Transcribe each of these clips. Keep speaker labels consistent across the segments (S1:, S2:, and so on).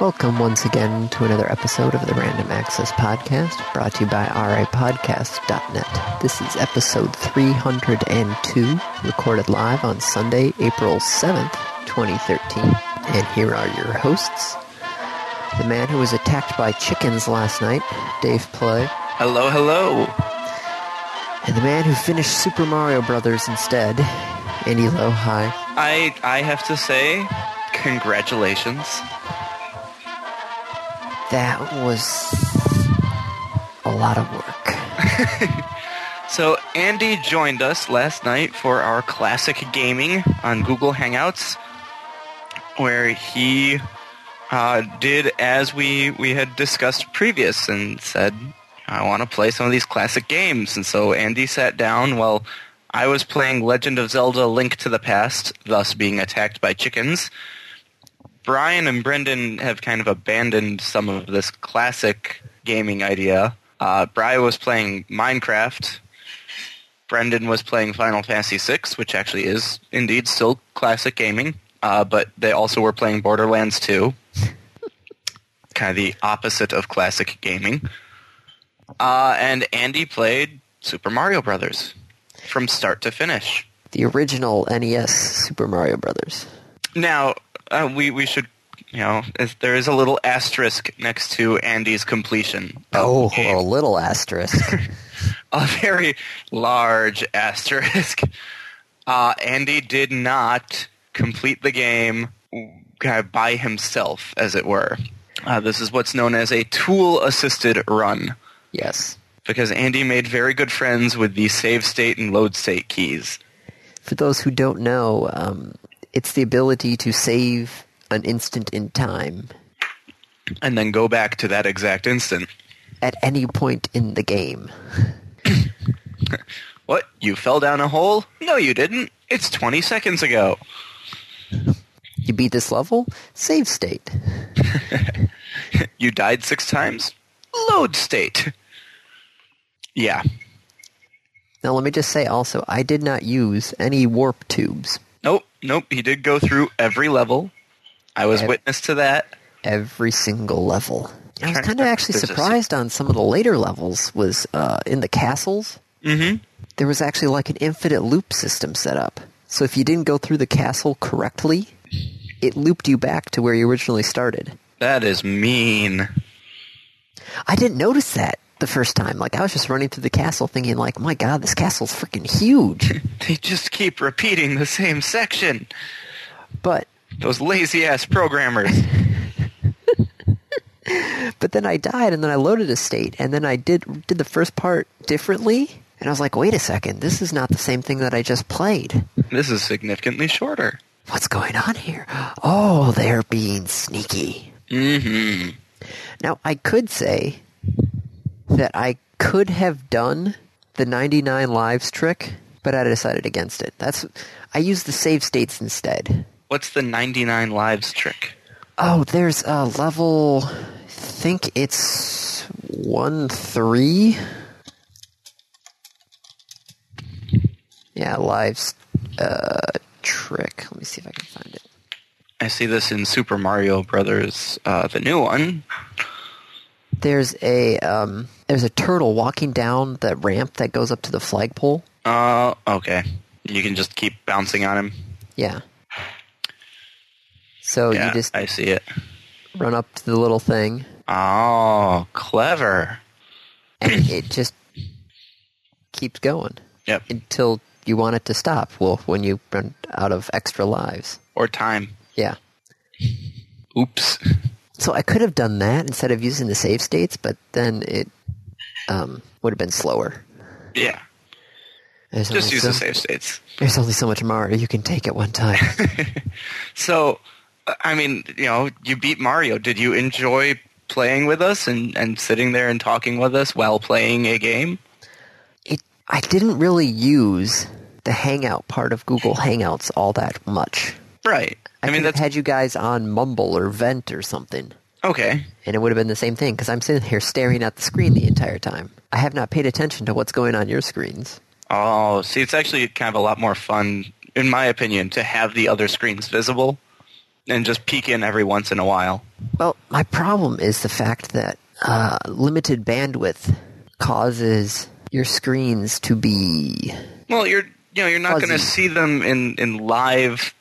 S1: Welcome once again to another episode of the Random Access Podcast, brought to you by rapodcast.net. This is episode 302, recorded live on Sunday, April 7th, 2013. And here are your hosts the man who was attacked by chickens last night, Dave Play,
S2: Hello, hello.
S1: and the man who finished Super Mario Brothers instead, Andy Lo. Hi.
S2: I I have to say, congratulations.
S1: That was a lot of work.
S2: So Andy joined us last night for our classic gaming on Google Hangouts, where he uh, did as we we had discussed previous and said, "I want to play some of these classic games." And so Andy sat down while I was playing Legend of Zelda: Link to the Past, thus being attacked by chickens. Brian and Brendan have kind of abandoned some of this classic gaming idea. Uh, Brian was playing Minecraft. Brendan was playing Final Fantasy VI, which actually is indeed still classic gaming, uh, but they also were playing Borderlands 2. kind of the opposite of classic gaming. Uh, and Andy played Super Mario Brothers from start to finish.
S1: The original NES Super Mario Brothers.
S2: Now, uh, we, we should, you know, is- there is a little asterisk next to Andy's completion.
S1: Oh,
S2: of the game.
S1: a little asterisk.
S2: A very large asterisk. Uh, Andy did not complete the game kind of by himself, as it were. Uh, this is what's known as a tool assisted run
S1: yes.
S2: because Andy made very good friends with the save state and load state keys.
S1: For those who don't know, um, it's the ability to save an instant in time
S2: and then go back to that exact instant.
S1: at any point in the game.
S2: What? You fell down a hole? No, you didn't. It's 20 seconds ago.
S1: You beat this level, save state.
S2: You died six times? Load state. Yeah.
S1: Now, let me just say also, I did not use any warp tubes.
S2: Nope, nope. He did go through every level. I was
S1: Ev-
S2: witness to that.
S1: Every single level. I was
S2: Trying to
S1: kind of
S2: remember
S1: actually
S2: if there's a se-
S1: surprised on some of the later levels. Was uh, in the castles.
S2: Mm-hmm.
S1: there was actually like an infinite loop system set up. So if you didn't go through the castle correctly, it looped you back to where you originally started.
S2: That is mean.
S1: I didn't notice that the first time. Like I was just running through the castle thinking like, "My god, this castle's freaking huge."
S2: They just keep repeating the same section.
S1: but
S2: Those lazy ass programmers.
S1: but then I died and then I loaded a state and then I did did the first part differently and I was like, "Wait a second, this is not the same thing that I just played."
S2: this is significantly shorter.
S1: What's going on here? Oh, they're being sneaky.
S2: Mm-hmm.
S1: Now, I could say that I could have done the 99 lives trick, but I decided against it. That's I used the save states instead.
S2: What's the 99 lives trick?
S1: Oh, there's a level I think it's 1 3. Yeah, lives uh trick. Let me see if I can find it.
S2: I see this in Super Mario Brothers, uh, the new one.
S1: There's a um there's a turtle walking down the ramp that goes up to the flagpole.
S2: Uh, okay. You can just keep bouncing on him.
S1: Yeah. So
S2: yeah,
S1: Oh, you just
S2: I see it.
S1: run up to the little thing,
S2: Oh, clever.
S1: and it just keeps going
S2: Yep.
S1: until you want it to stop. Well, when you run out of extra lives.
S2: Or time.
S1: Yeah.
S2: Oops.
S1: So I could have done that instead of using the save states, but then it um, would have been slower.
S2: Yeah.
S1: There's
S2: Just
S1: only
S2: use
S1: so,
S2: the save states.
S1: There's only so much Mario you can take at one time.
S2: So, uh, I mean, you know, you beat Mario. Did you enjoy playing with us and, and sitting there and talking with us while playing a game?
S1: it I didn't really use the Hangout part of Google Hangouts all that much.
S2: Right. I,
S1: I,
S2: mean,
S1: could have
S2: that's
S1: had you guys on Mumble or Vent or something,
S2: okay.
S1: and it would have been the same thing because I'm sitting here staring at the screen the entire time. I have not paid attention to what's going on your screens.
S2: Oh, see, it's actually kind of a lot more fun, in my opinion, to have the other screens visible. and just peek in every once in a while.
S1: Well, my problem is the fact that uh, limited bandwidth causes your screens to be.
S2: Well, you're you know you're not going to
S1: Fuzzy.
S2: see them in in live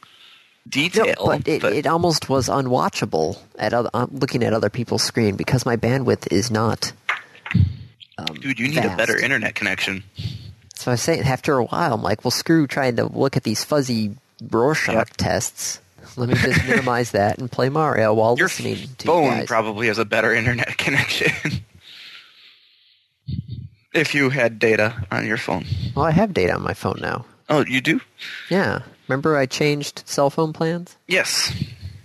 S1: No,
S2: detail,
S1: but it, it almost was unwatchable at other, um, looking at other people's screen because my bandwidth is not.
S2: dude, you need a
S1: fast.
S2: better internet connection.
S1: So I say after a while, I'm like, well, screw trying to look at these fuzzy Rorschach
S2: Yeah.
S1: tests. Let me just minimize that and play Mario while
S2: Your
S1: listening to you
S2: phone
S1: guys.
S2: probably has a better internet connection. if you had data on your phone.
S1: well, I have data on my phone now.
S2: Oh, you do?
S1: Yeah, remember I changed cell phone plans.
S2: Yes.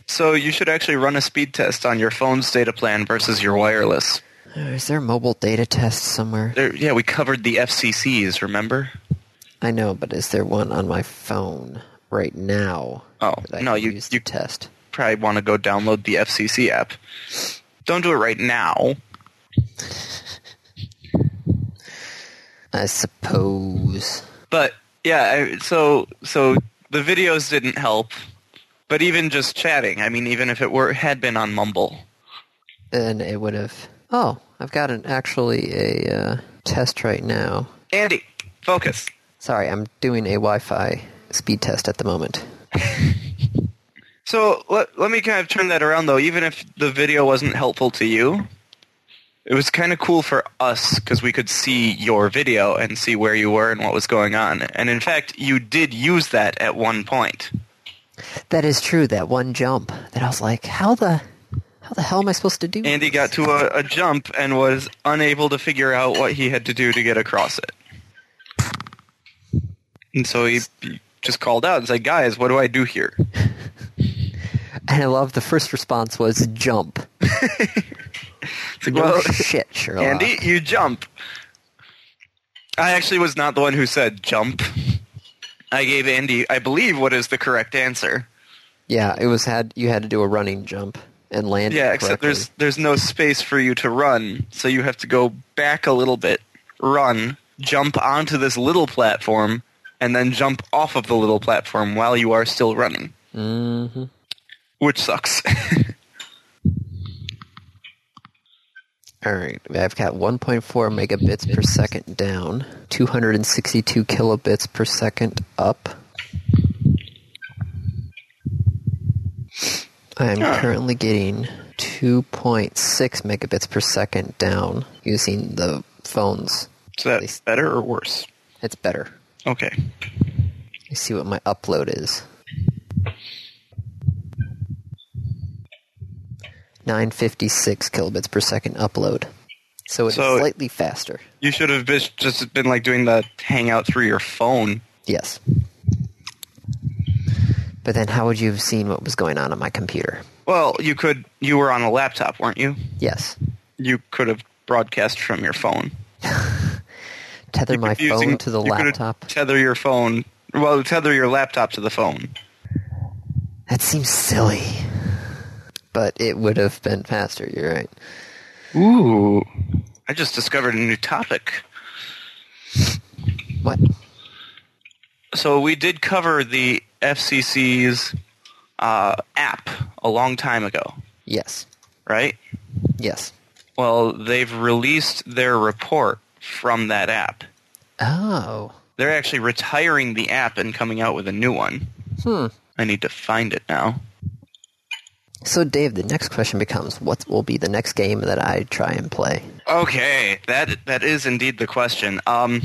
S2: So you should actually run a speed test on your phone's data plan versus your wireless.
S1: Uh, Is there a mobile data test somewhere?
S2: There, yeah, we covered the FCCs, remember?
S1: I know, but is there one on my phone right now?
S2: Oh,
S1: that I
S2: no,
S1: can
S2: you-
S1: use
S2: you-
S1: to test.
S2: Probably want to go download the FCC app. Don't do it right now.
S1: I suppose.
S2: But yeah, I, so so the videos didn't help. But even just chatting, I mean, even if it were had been on Mumble,
S1: And it would have. Oh, I've got an actually a uh, test right now.
S2: Andy, focus.
S1: Sorry, I'm doing a Wi-Fi speed test at the moment.
S2: So let, let me kind of turn that around though. Even if the video wasn't helpful to you, it was kind of cool for us because we could see your video and see where you were and what was going on. And in fact, you did use that at one point.
S1: That is true. That one jump that I was like, how the, how the hell am I supposed to do?
S2: Andy got to a, a jump and was unable to figure out what he had to do to get across it. And so he he just called out and said, "Guys, what do I do here?"
S1: And I love the first response was jump.
S2: It's like,
S1: Oh
S2: well,
S1: shit, Sherlock.
S2: Andy, you jump. I actually was not the one who said jump. I gave Andy, I believe, what is the correct answer.
S1: Yeah, it was had you had to do a running jump and land.
S2: Yeah, except
S1: correctly.
S2: there's there's no space for you to run, so you have to go back a little bit, run, jump onto this little platform, and then jump off of the little platform while you are still running,
S1: Mhm.
S2: which sucks.
S1: All right, I've got 1.4 megabits per second down, 262 kilobits per second up. I am currently getting 2.6 megabits per second down using the phones.
S2: so that's better or worse?
S1: It's better.
S2: Okay.
S1: You see what my upload is. 956 kilobits per second upload. So it's
S2: So-
S1: slightly faster.
S2: You should have bis- just been like doing the hangout through your phone.
S1: Yes. But then how would you have seen what was going on on my computer?
S2: Well, you could. You were on a laptop, weren't you?
S1: Yes.
S2: You could have broadcast from your phone.
S1: Tether my
S2: Using-
S1: phone to the
S2: you could have
S1: laptop.
S2: Tether your phone. Well, tether your laptop to the phone.
S1: That seems silly. But it would have been faster, you're right.
S2: Ooh. I just discovered a new topic.
S1: What?
S2: So we did cover the FCC's uh, app a long time ago,
S1: Yes.
S2: right?
S1: Yes.
S2: Well, they've released their report from that app.
S1: Oh.
S2: They're actually retiring the app and coming out with a new one.
S1: Hmm.
S2: I need to find it now.
S1: So, Dave, the next question becomes what will be the next game that I try and play?
S2: Okay, that that is indeed the question. Um,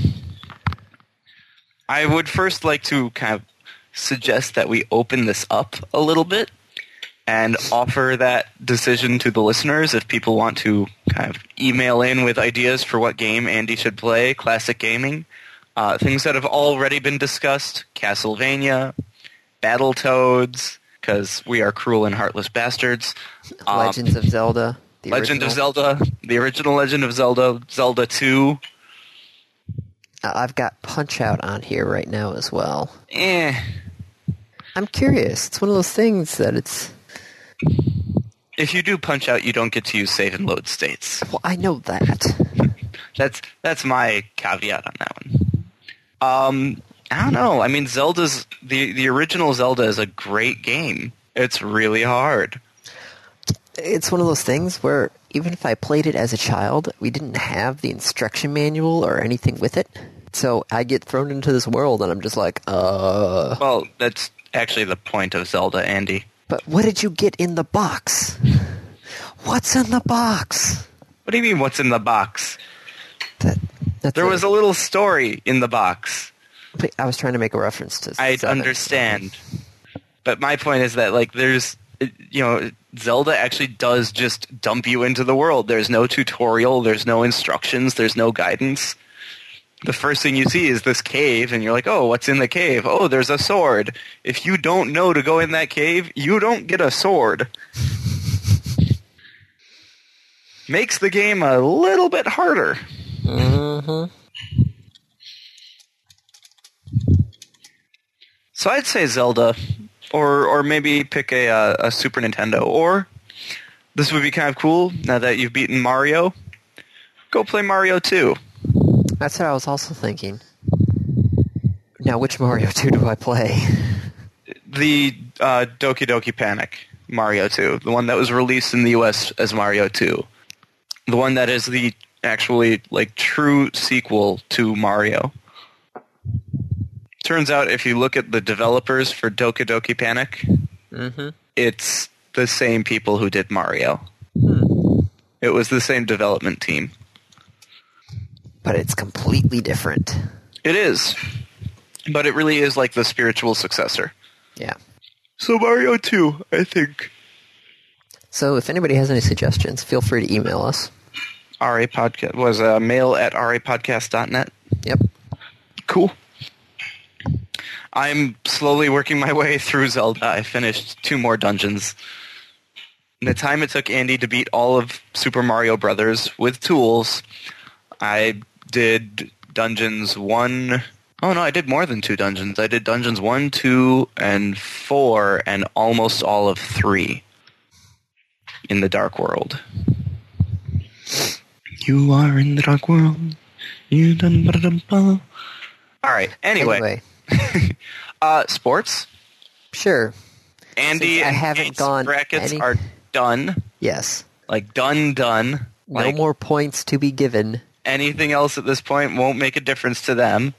S2: I would first like to kind of suggest that we open this up a little bit and offer that decision to the listeners if people want to kind of email in with ideas for what game Andy should play, classic gaming, uh, things that have already been discussed, Castlevania, Battletoads, because we are cruel and heartless bastards. um,
S1: Legends of Zelda? The
S2: Legend
S1: original?
S2: of Zelda, the original Legend of Zelda, Zelda 2.
S1: Uh, I've got Punch Out on here right now as well.
S2: Eh.
S1: I'm curious. It's one of those things that it's.
S2: If you do punch out, you don't get to use save and load states.
S1: Well, I know that.
S2: That's that's my caveat on that one. Um, I don't know. I mean, Zelda's the the original Zelda is a great game. It's really hard.
S1: It's one of those things where even if I played it as a child, we didn't have the instruction manual or anything with it. So I get thrown into this world and I'm just like, uh.
S2: Well, that's actually the point of Zelda, Andy.
S1: But what did you get in the box? What's in the box?
S2: What do you mean, what's in the box?
S1: That, that's
S2: There was a little story in the box.
S1: I was trying to make a reference to.
S2: I
S1: Southern.
S2: understand. But my point is that, like, there's, you know, Zelda actually does just dump you into the world. There's no tutorial, there's no instructions, there's no guidance. The first thing you see is this cave, and you're like, oh, what's in the cave? Oh, there's a sword. If you don't know to go in that cave, you don't get a sword. Makes the game a little bit harder. So I'd say Zelda, or or maybe pick a uh, a Super Nintendo, or this would be kind of cool. Now that you've beaten Mario, go play Mario Two.
S1: That's what I was also thinking. Now, which Mario two do I play?
S2: The uh, Doki Doki Panic Mario Two, the one that was released in the U.S. as Mario Two, the one that is the actually like true sequel to Mario. Turns out, if you look at the developers for Doki Doki Panic,
S1: Mm-hmm.
S2: it's the same people who did Mario. Hmm. It was the same development team.
S1: But it's completely different.
S2: It is. But it really is like the spiritual successor.
S1: Yeah.
S2: So Mario 2, I think.
S1: So, if anybody has any suggestions, feel free to email us.
S2: RA Podcast was uh, mail at rapodcast.net.
S1: Yep.
S2: Cool. I'm slowly working my way through Zelda. I finished two more dungeons. In the time it took Andy to beat all of Super Mario Brothers with tools, I did dungeons one oh no, I did more than two dungeons. I did dungeons one, two, and four, and almost all of three in the Dark World. You are in the Dark World. You dun ba dum ba. All right. Anyway, uh, sports.
S1: sure.
S2: Andy
S1: Since I
S2: and
S1: haven't
S2: Kate's
S1: gone
S2: brackets
S1: any-
S2: are done.
S1: Yes.
S2: Like done, done. Like
S1: no more points to be given.
S2: anything else at this point won't make a difference to them.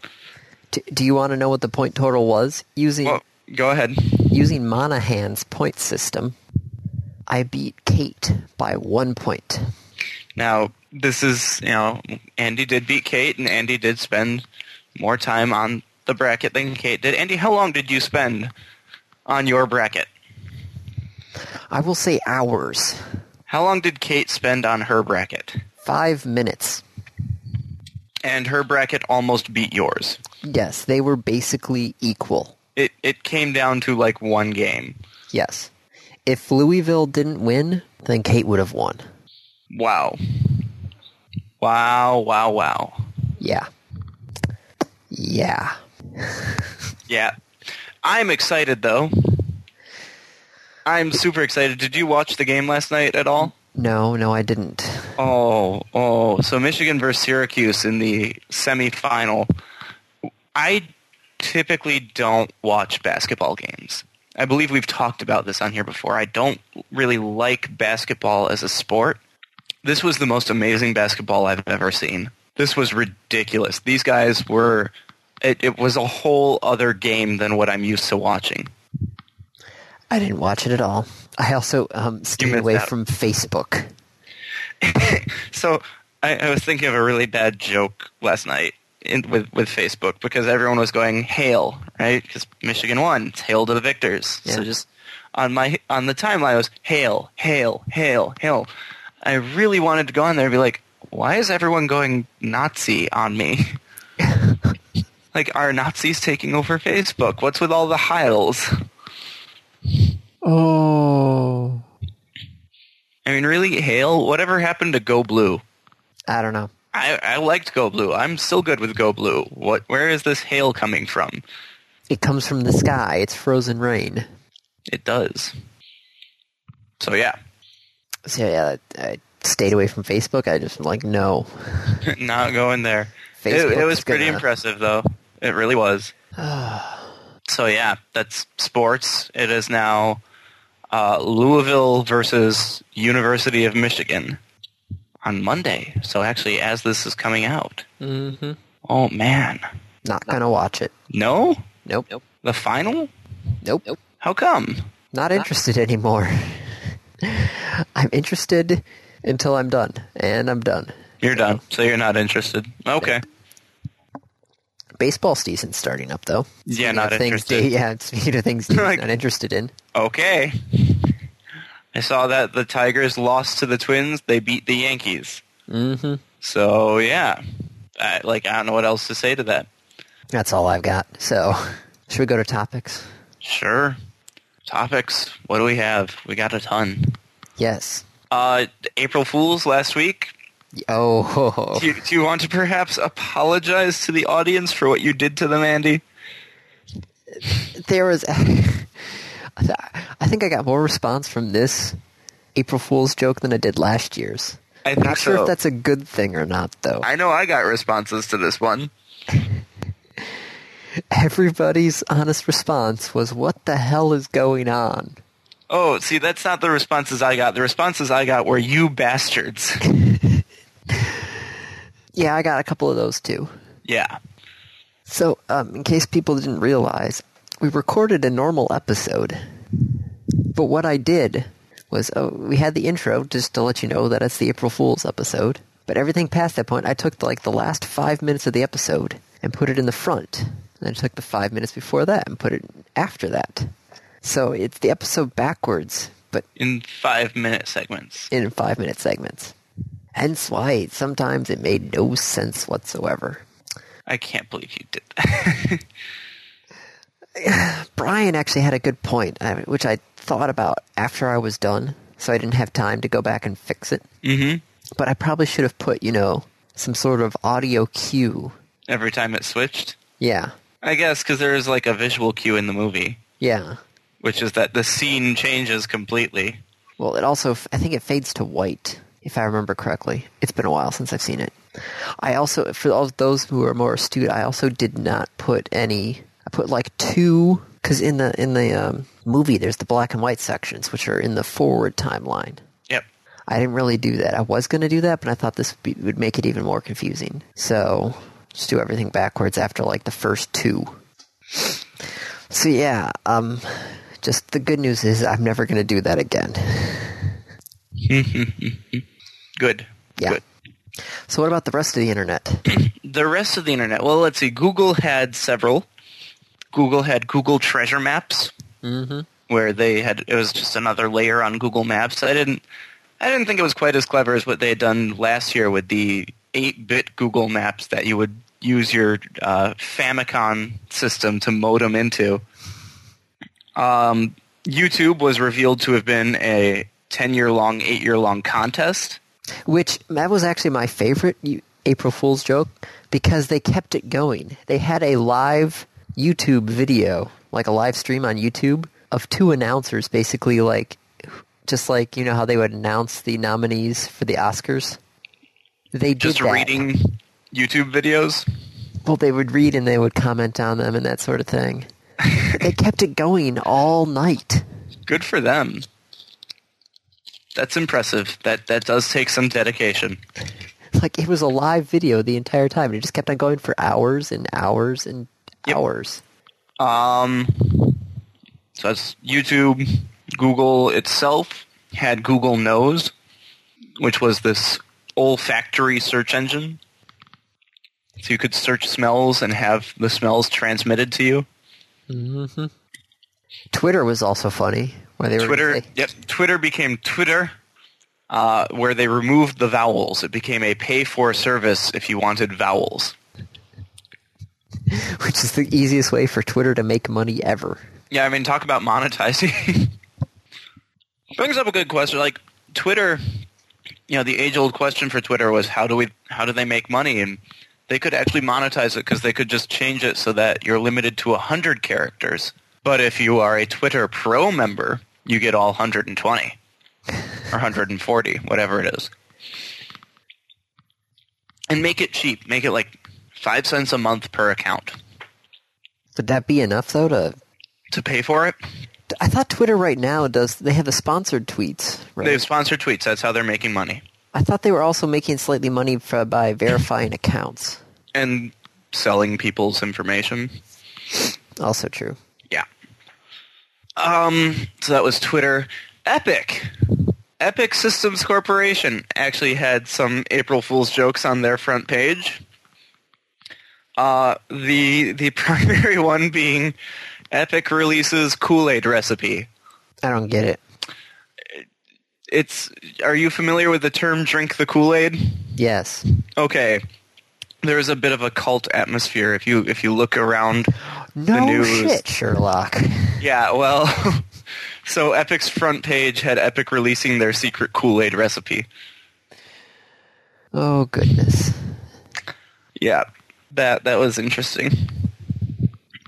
S1: D- do you want to know what the point total was using
S2: Well, go ahead.
S1: using Monahan's point system? I beat Kate by one point.
S2: Now this is you know Andy did beat Kate, and Andy did spend more time on the bracket than Kate did. Andy, how long did you spend on your bracket?
S1: I will say hours.
S2: How long did Kate spend on her bracket?
S1: Five minutes.
S2: And her bracket almost beat yours.
S1: Yes, they were basically equal.
S2: It it came down to like one game.
S1: Yes. If Louisville didn't win, then Kate would have won.
S2: Wow. Wow, wow, wow.
S1: Yeah. Yeah.
S2: Yeah. I'm excited though. I'm super excited. Did you watch the game last night at all?
S1: No, no, I didn't.
S2: Oh, oh. So Michigan versus Syracuse in the semifinal. I typically don't watch basketball games. I believe we've talked about this on here before. I don't really like basketball as a sport. This was the most amazing basketball I've ever seen. This was ridiculous. These guys were it, it was a whole other game than what I'm used to watching.
S1: I didn't watch it at all. I also um, stayed
S2: missed
S1: away
S2: out.
S1: from Facebook.
S2: So I, I was thinking of a really bad joke last night in, with with Facebook because everyone was going hail, right? Because Michigan won, it's hail to the victors. So
S1: Yeah.
S2: just on my on the timeline, it was hail, hail, hail, hail. I really wanted to go on there and be like, why is everyone going Nazi on me? like, are Nazis taking over Facebook? What's with all the heils?
S1: Oh.
S2: I mean, really, hail? Whatever happened to Go Blue?
S1: I don't know.
S2: I, I liked Go Blue. I'm still good with Go Blue. What? Where is this hail coming from?
S1: It comes from the sky. It's frozen rain.
S2: It does. So yeah,
S1: So yeah, I stayed away from Facebook. I just like no.
S2: not going there. It,
S1: Facebook
S2: it was
S1: is
S2: pretty
S1: gonna-
S2: impressive, though. It really was. so yeah, that's sports. It is now uh, Louisville versus University of Michigan on Monday. So actually, as this is coming out,
S1: Mm-hmm.
S2: oh man,
S1: Not gonna watch it.
S2: no,
S1: Nope. Nope.
S2: the final?
S1: Nope.
S2: How come?
S1: Not interested anymore. I'm interested until I'm done, and I'm done.
S2: You're done, so you're not interested. Okay,
S1: Baseball season starting up though.
S2: Yeah,
S1: Speaking
S2: not
S1: of things
S2: interested.
S1: Dave- yeah, speaking of things Dave's
S2: Like-
S1: not interested in.
S2: okay. I saw that the Tigers lost to the Twins. They beat the Yankees.
S1: Mm-hmm.
S2: So yeah, I, like I don't know what else to say to that.
S1: That's all I've got. So, should we go to topics?
S2: Sure. Topics. What do we have? We got a ton.
S1: Yes.
S2: Uh, April Fools last week.
S1: Oh, ho, ho.
S2: Do you, do you want to perhaps apologize to the audience for what you did to them, Andy?
S1: there was. I think I got more response from this April Fool's joke than I did last year's.
S2: I
S1: I'm
S2: think
S1: not sure
S2: so.
S1: if that's a good thing or not, though.
S2: I know I got responses to this one.
S1: Everybody's honest response was, "What the hell is going on?"
S2: Oh, see, that's not the responses I got. The responses I got were you bastards.
S1: Yeah, I got a couple of those too.
S2: yeah.
S1: So, um, in case people didn't realize, we recorded a normal episode. But what I did was oh, we had the intro just to let you know that it's the April Fools episode. But everything past that point, I took like the last five minutes of the episode and put it in the front. Then I took the five minutes before that and put it after that. So it's the episode backwards, but
S2: In five minute segments.
S1: in five minute segments. Hence why sometimes it made no sense whatsoever.
S2: I can't believe you did that.
S1: Brian actually had a good point, uh, which I thought about after I was done, so I didn't have time to go back and fix it.
S2: hmm
S1: But I probably should have put, you know, some sort of audio cue.
S2: Every time it switched.
S1: Yeah,
S2: I guess because there is like a visual cue in the movie,
S1: yeah.
S2: which is that the scene changes completely.
S1: Well, it also, f- I think it fades to white, if I remember correctly. It's been a while since I've seen it. I also, for all those who are more astute, I also did not put any. I put like two, because in the in the um, movie, there's the black and white sections, which are in the forward timeline.
S2: Yep.
S1: I didn't really do that. I was going to do that, but I thought this be, would make it even more confusing. So just do everything backwards after like the first two. So yeah, um, just the good news is I'm never going to do that again.
S2: Good.
S1: Yeah.
S2: Good.
S1: So what about the rest of the internet?
S2: The rest of the internet. Well, let's see. Google had several. Google had Google Treasure Maps,
S1: Mm-hmm.
S2: where they had it was just another layer on Google Maps. I didn't, I didn't think it was quite as clever as what they had done last year with the eight-bit Google Maps that you would use your uh, Famicom system to modem into. Um, YouTube was revealed to have been a ten-year-long, eight-year-long contest.
S1: Which that was actually my favorite you- April Fool's joke because they kept it going. They had a live YouTube video, like a live stream on YouTube of two announcers basically like just like you know how they would announce the nominees for the Oscars. They did
S2: Just
S1: that.
S2: reading YouTube videos.
S1: Well, they would read and they would comment on them and that sort of thing. But they kept it going all night.
S2: Good for them. That's impressive. That that does take some dedication.
S1: Like it was a live video the entire time. and It just kept on going for hours and hours and
S2: Yep.
S1: hours.
S2: Um, so that's YouTube. Google itself had Google Knows, which was this olfactory search engine. So you could search smells and have the smells transmitted to you.
S1: Twitter was also funny, where they were
S2: Twitter,
S1: Like,
S2: yep. Twitter became Twitter, uh, where they removed the vowels. It became a pay-for service if you wanted vowels.
S1: which is the easiest way for Twitter to make money ever.
S2: Yeah, I mean, talk about monetizing. Brings up a good question. Like Twitter, you know, the age-old question for Twitter was how do we how do they make money? And they could actually monetize it because they could just change it so that you're limited to 100 characters. But if you are a Twitter Pro member, you get all 120 or 140, whatever it is. And make it cheap. Make it like 5 cents a month per account
S1: Would that be enough though to?
S2: to pay for it.
S1: I thought Twitter right now does. They have the sponsored tweets. Right?
S2: They've sponsored tweets. That's how they're making money.
S1: I thought they were also making slightly money for, by verifying accounts.
S2: And selling people's information.
S1: Also true.
S2: Yeah. Um, so that was Twitter. Epic. Epic Systems Corporation actually had some April Fool's jokes on their front page. Uh, the the primary one being Epic releases Kool Aid recipe.
S1: I don't get it.
S2: It's are you familiar with the term "drink the Kool Aid"?
S1: Yes.
S2: Okay, there is a bit of a cult atmosphere if you if you look around the
S1: No
S2: news.
S1: shit, Sherlock.
S2: Yeah, well, so Epic's front page had Epic releasing their secret Kool Aid recipe.
S1: Oh goodness.
S2: Yeah, that that was interesting.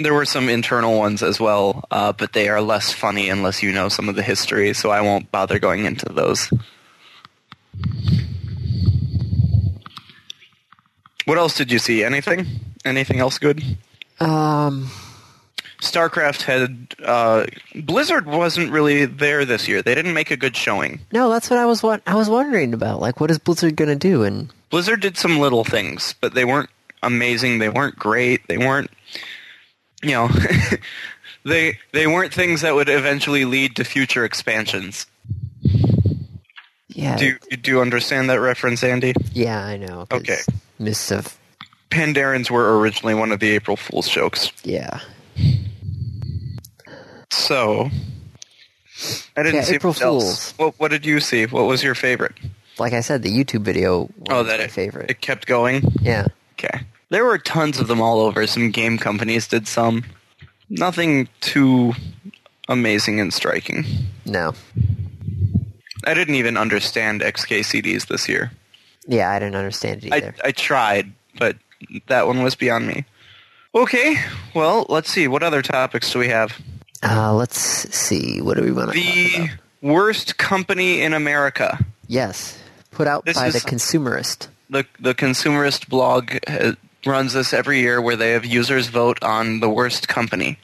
S2: There were some internal ones as well, uh, but they are less funny unless you know some of the history, so I won't bother going into those. What else did you see? Anything? Anything else good?
S1: Um.
S2: StarCraft had uh, Blizzard wasn't really there this year. They didn't make a good showing.
S1: No, that's what I was. wa- I was wondering about. Like, what is Blizzard gonna do? And
S2: Blizzard did some little things, but they weren't amazing. They weren't great. They weren't, you know, they they weren't things that would eventually lead to future expansions.
S1: yeah,
S2: Do you, do you understand that reference, Andy?
S1: yeah, I know. 'cause
S2: Okay.
S1: Mists of
S2: Pandarens were originally one of the April Fool's jokes.
S1: yeah.
S2: So I didn't
S1: Yeah,
S2: see
S1: April
S2: much else.
S1: Fools.
S2: What what did you see? What was your favorite?
S1: Like I said, the YouTube video. was
S2: oh, that
S1: my
S2: it,
S1: favorite.
S2: It kept going.
S1: yeah.
S2: Okay. There were tons of them all over. Some game companies did some. Nothing too amazing and striking.
S1: No.
S2: I didn't even understand XKCDs this year.
S1: Yeah, I didn't understand it
S2: I,
S1: either.
S2: I tried, but that one was beyond me. Okay, well, let's see. What other topics do we have?
S1: uh, let's see. What do we want to talk
S2: The
S1: about?
S2: worst company in America.
S1: Yes, put out
S2: This
S1: by the
S2: is-
S1: consumerist.
S2: The, the consumerist blog uh, runs this every year where they have users vote on the worst company.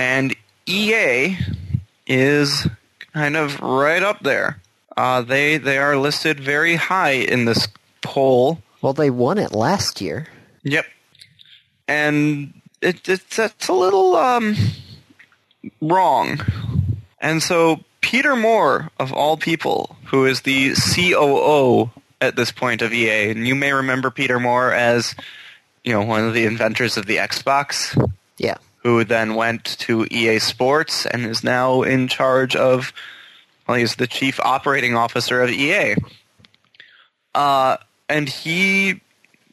S2: And EA is kind of right up there. Uh, they, they are listed very high in this poll.
S1: Well, they won it last year.
S2: Yep. And it, it's it's a little um wrong. And so Peter Moore of all people, who is the COO at this point of EA, and you may remember Peter Moore as you know one of the inventors of the Xbox,
S1: Yeah.
S2: who then went to EA Sports and is now in charge of, well, he's the chief operating officer of EA. Uh, and he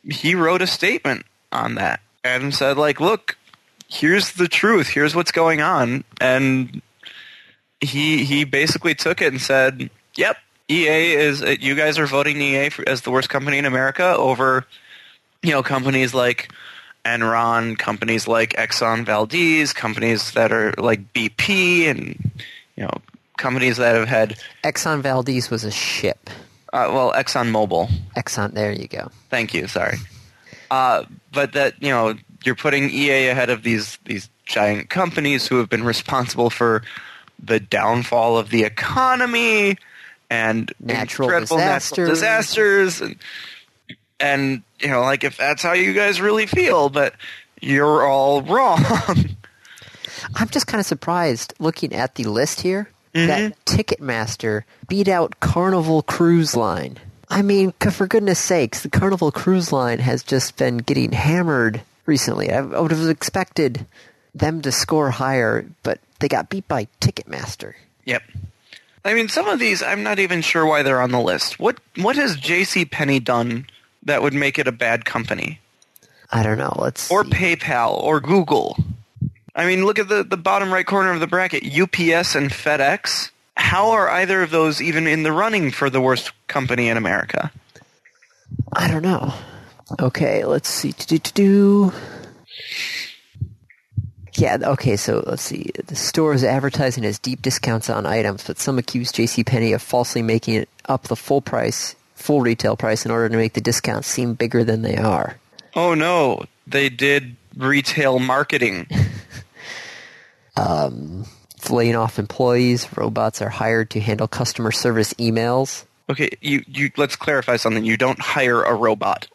S2: he wrote a statement on that and said, like, look, here's the truth, here's what's going on, and he he basically took it and said, yep. EA is you guys are voting EA for, as the worst company in America over you know companies like Enron, companies like Exxon Valdez, companies that are like BP, and you know companies that have had
S1: Exxon Valdez was a ship.
S2: uh, well Exxon Mobil.
S1: Exxon, there you go.
S2: Thank you. Sorry, uh, but that you know you're putting EA ahead of these these giant companies who have been responsible for the downfall of the economy and
S1: Natural
S2: incredible natural
S1: disasters.
S2: disasters and and you know like if that's how you guys really feel, but you're all wrong.
S1: I'm just kind of surprised looking at the list here that Ticketmaster beat out Carnival Cruise Line. I mean, c- for goodness sakes, the Carnival Cruise Line has just been getting hammered recently. I I would have expected them to score higher, but they got beat by Ticketmaster.
S2: Yep. I mean, some of these I'm not even sure why they're on the list. What what has J.C. Penney done that would make it a bad company,
S1: I don't know. Let's
S2: or
S1: see.
S2: PayPal, or Google? I mean, look at the the bottom right corner of the bracket: UPS and FedEx. How are either of those even in the running for the worst company in America?
S1: I don't know. Okay, let's see. Do-do-do-do. Yeah, okay, so let's see. The store is advertising as deep discounts on items, but some accuse JCPenney of falsely making it up the full price, full retail price, in order to make the discounts seem bigger than they are.
S2: Oh no, they did retail marketing.
S1: laying off employees. Robots are hired to handle customer service emails.
S2: Okay, you, you let's clarify something. You don't hire a robot.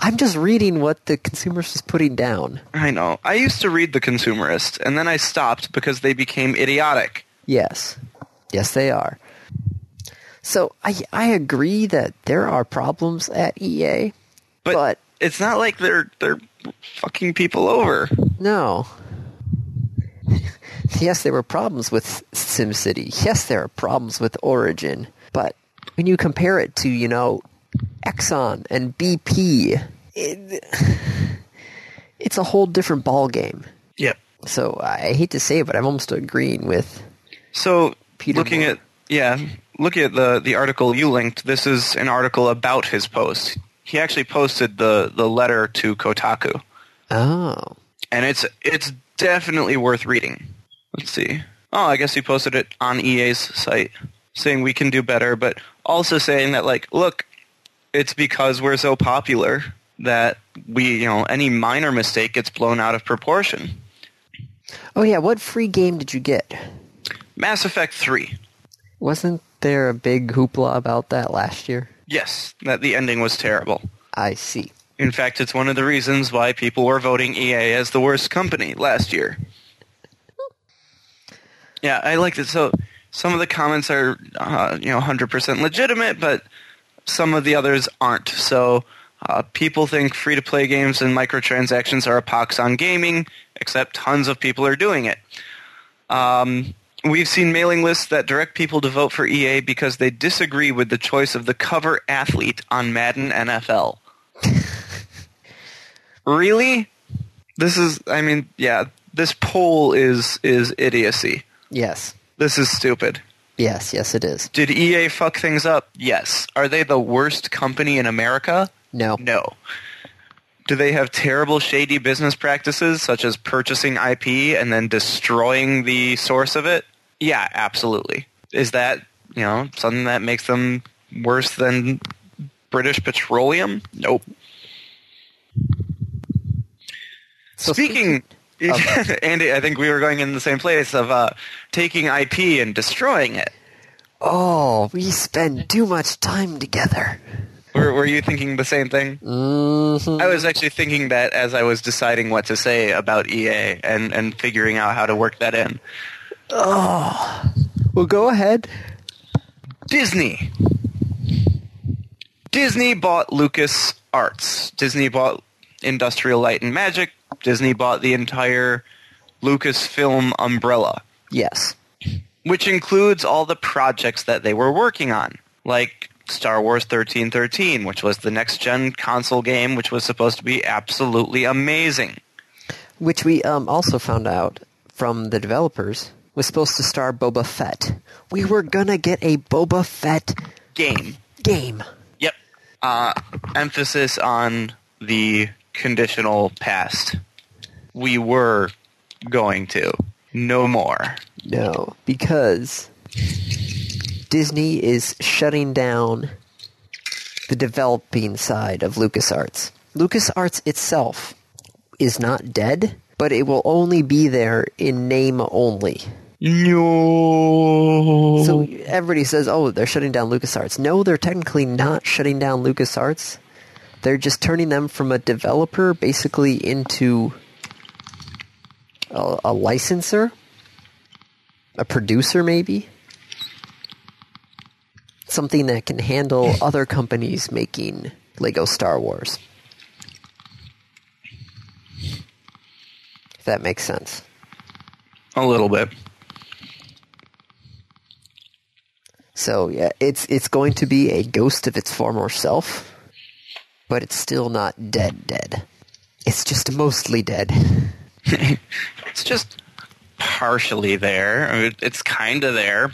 S1: I'm just reading what the consumers is putting down.
S2: I know. I used to read The Consumerist, and then I stopped because they became idiotic.
S1: Yes. Yes, they are. So I I agree that there are problems at EA,
S2: But,
S1: but
S2: it's not like they're they're fucking people over.
S1: No. yes, there were problems with SimCity. Yes, there are problems with Origin. But when you compare it to, you know, Exxon and BP, it, it's a whole different ballgame.
S2: Yep.
S1: So I hate to say it, but I'm almost agreeing with.
S2: So
S1: Peter
S2: looking
S1: Moore.
S2: at yeah, looking at the the article you linked, this is an article about his post. He actually posted the the letter to Kotaku,
S1: Oh.
S2: and it's it's definitely worth reading. Let's see. Oh, I guess he posted it on EA's site, saying we can do better, but also saying that like, look, it's because we're so popular that we you know any minor mistake gets blown out of proportion.
S1: Oh, yeah. What free game did you get?
S2: Mass Effect three.
S1: Wasn't there a big hoopla about that last year?
S2: Yes, that the ending was terrible.
S1: I see.
S2: In fact, it's one of the reasons why people were voting EA as the worst company last year. Yeah, I liked it. So some of the comments are, uh, you know, 100% legitimate, but some of the others aren't. So uh, people think free-to-play games and microtransactions are a pox on gaming, except tons of people are doing it. Um, we've seen mailing lists that direct people to vote for EA because they disagree with the choice of the cover athlete on Madden NFL. really? This is I mean, yeah, this poll is is idiocy.
S1: Yes.
S2: This is stupid.
S1: Yes, yes, it is.
S2: Did EA fuck things up? Yes. Are they the worst company in America?
S1: No.
S2: No. Do they have terrible shady business practices such as purchasing IP and then destroying the source of it? Yeah, absolutely. Is that, you know, something that makes them worse than British Petroleum? Nope.
S1: So
S2: Speaking, Andy, I think we were going in the same place of uh, taking IP and destroying it.
S1: Oh, we spend too much time together.
S2: Were, were you thinking the same thing?
S1: Mm-hmm.
S2: I was actually thinking that as I was deciding what to say about EA and, and figuring out how to work that in.
S1: Well, go ahead.
S2: Disney. Disney bought Lucas Arts. Disney bought Industrial Light and Magic. Disney bought the entire Lucasfilm umbrella,
S1: Yes.
S2: which includes all the projects that they were working on, like Star Wars 1313, which was the next gen console game, which was supposed to be absolutely amazing.
S1: Which we um, also found out from the developers was supposed to star Boba Fett. We were gonna get a Boba Fett
S2: Game.
S1: game.
S2: Yep. Uh, emphasis on the conditional past. We were going to. No more.
S1: No, because Disney is shutting down the developing side of LucasArts. LucasArts itself is not dead, but it will only be there in name only.
S2: No.
S1: So everybody says, "Oh, they're shutting down LucasArts." No, they're technically not shutting down LucasArts. They're just turning them from a developer basically into a, a licensor, a producer maybe. Something that can handle other companies making Lego Star Wars. If that makes sense.
S2: a little bit.
S1: So yeah, it's it's going to be a ghost of its former self, but it's still not dead dead. It's just mostly dead.
S2: It's just partially there. I mean, it's kind of there.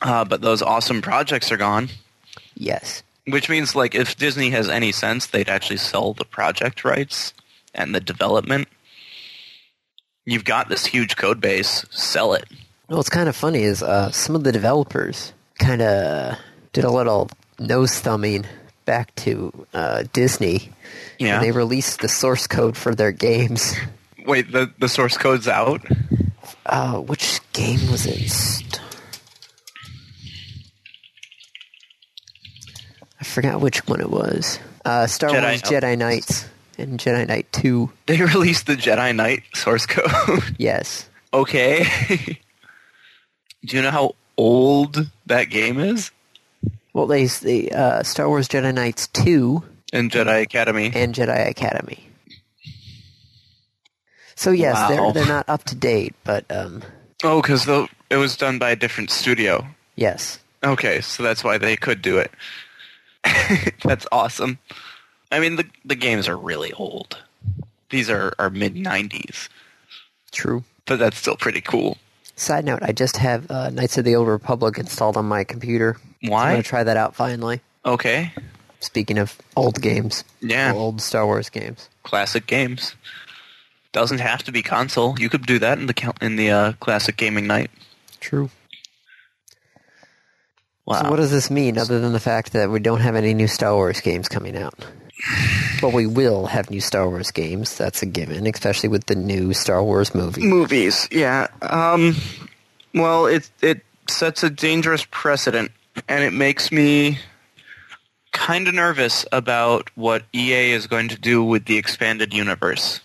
S2: Uh, but those awesome projects are gone.
S1: Yes.
S2: Which means, like, if Disney has any sense, they'd actually sell the project rights and the development. You've got this huge code base. Sell it.
S1: Well, what's kind of funny is uh, some of the developers kind of did a little nose thumbing back to uh, Disney.
S2: Yeah.
S1: And they released the source code for their games.
S2: Wait, the the source code's out.
S1: Uh, which game was it? St- I forgot which one it was. Uh, Star
S2: Jedi
S1: Wars Jedi Knights and Jedi Knight 2.
S2: They released the Jedi Knight source code.
S1: Yes.
S2: okay. Do you know how old that game is?
S1: Well, they the uh, Star Wars Jedi Knights 2
S2: In Jedi Academy.
S1: and Jedi Academy. So yes, they're
S2: Wow.
S1: they're not up to date, but um,
S2: Oh, because it was done by a different studio.
S1: yes,
S2: Okay, so that's why they could do it. that's awesome. I mean, the the games are really old. These are, are mid '90s,
S1: true.
S2: but that's still pretty cool.
S1: Side note: I just have uh, Knights of the Old Republic installed on my computer. I'm
S2: Why?
S1: gonna try that out finally.
S2: Okay,
S1: Speaking of old games,
S2: Yeah.
S1: old Star Wars games.
S2: classic games. Doesn't have to be console. You could do that in the cal- in the uh, classic gaming night.
S1: True.
S2: Wow.
S1: So what does this mean other than the fact that we don't have any new Star Wars games coming out? But we will have new Star Wars games, that's a given, especially with the new Star Wars movie.
S2: movies. Yeah. Um, well, it it sets a dangerous precedent, and it makes me kind of nervous about what EA is going to do with the expanded universe.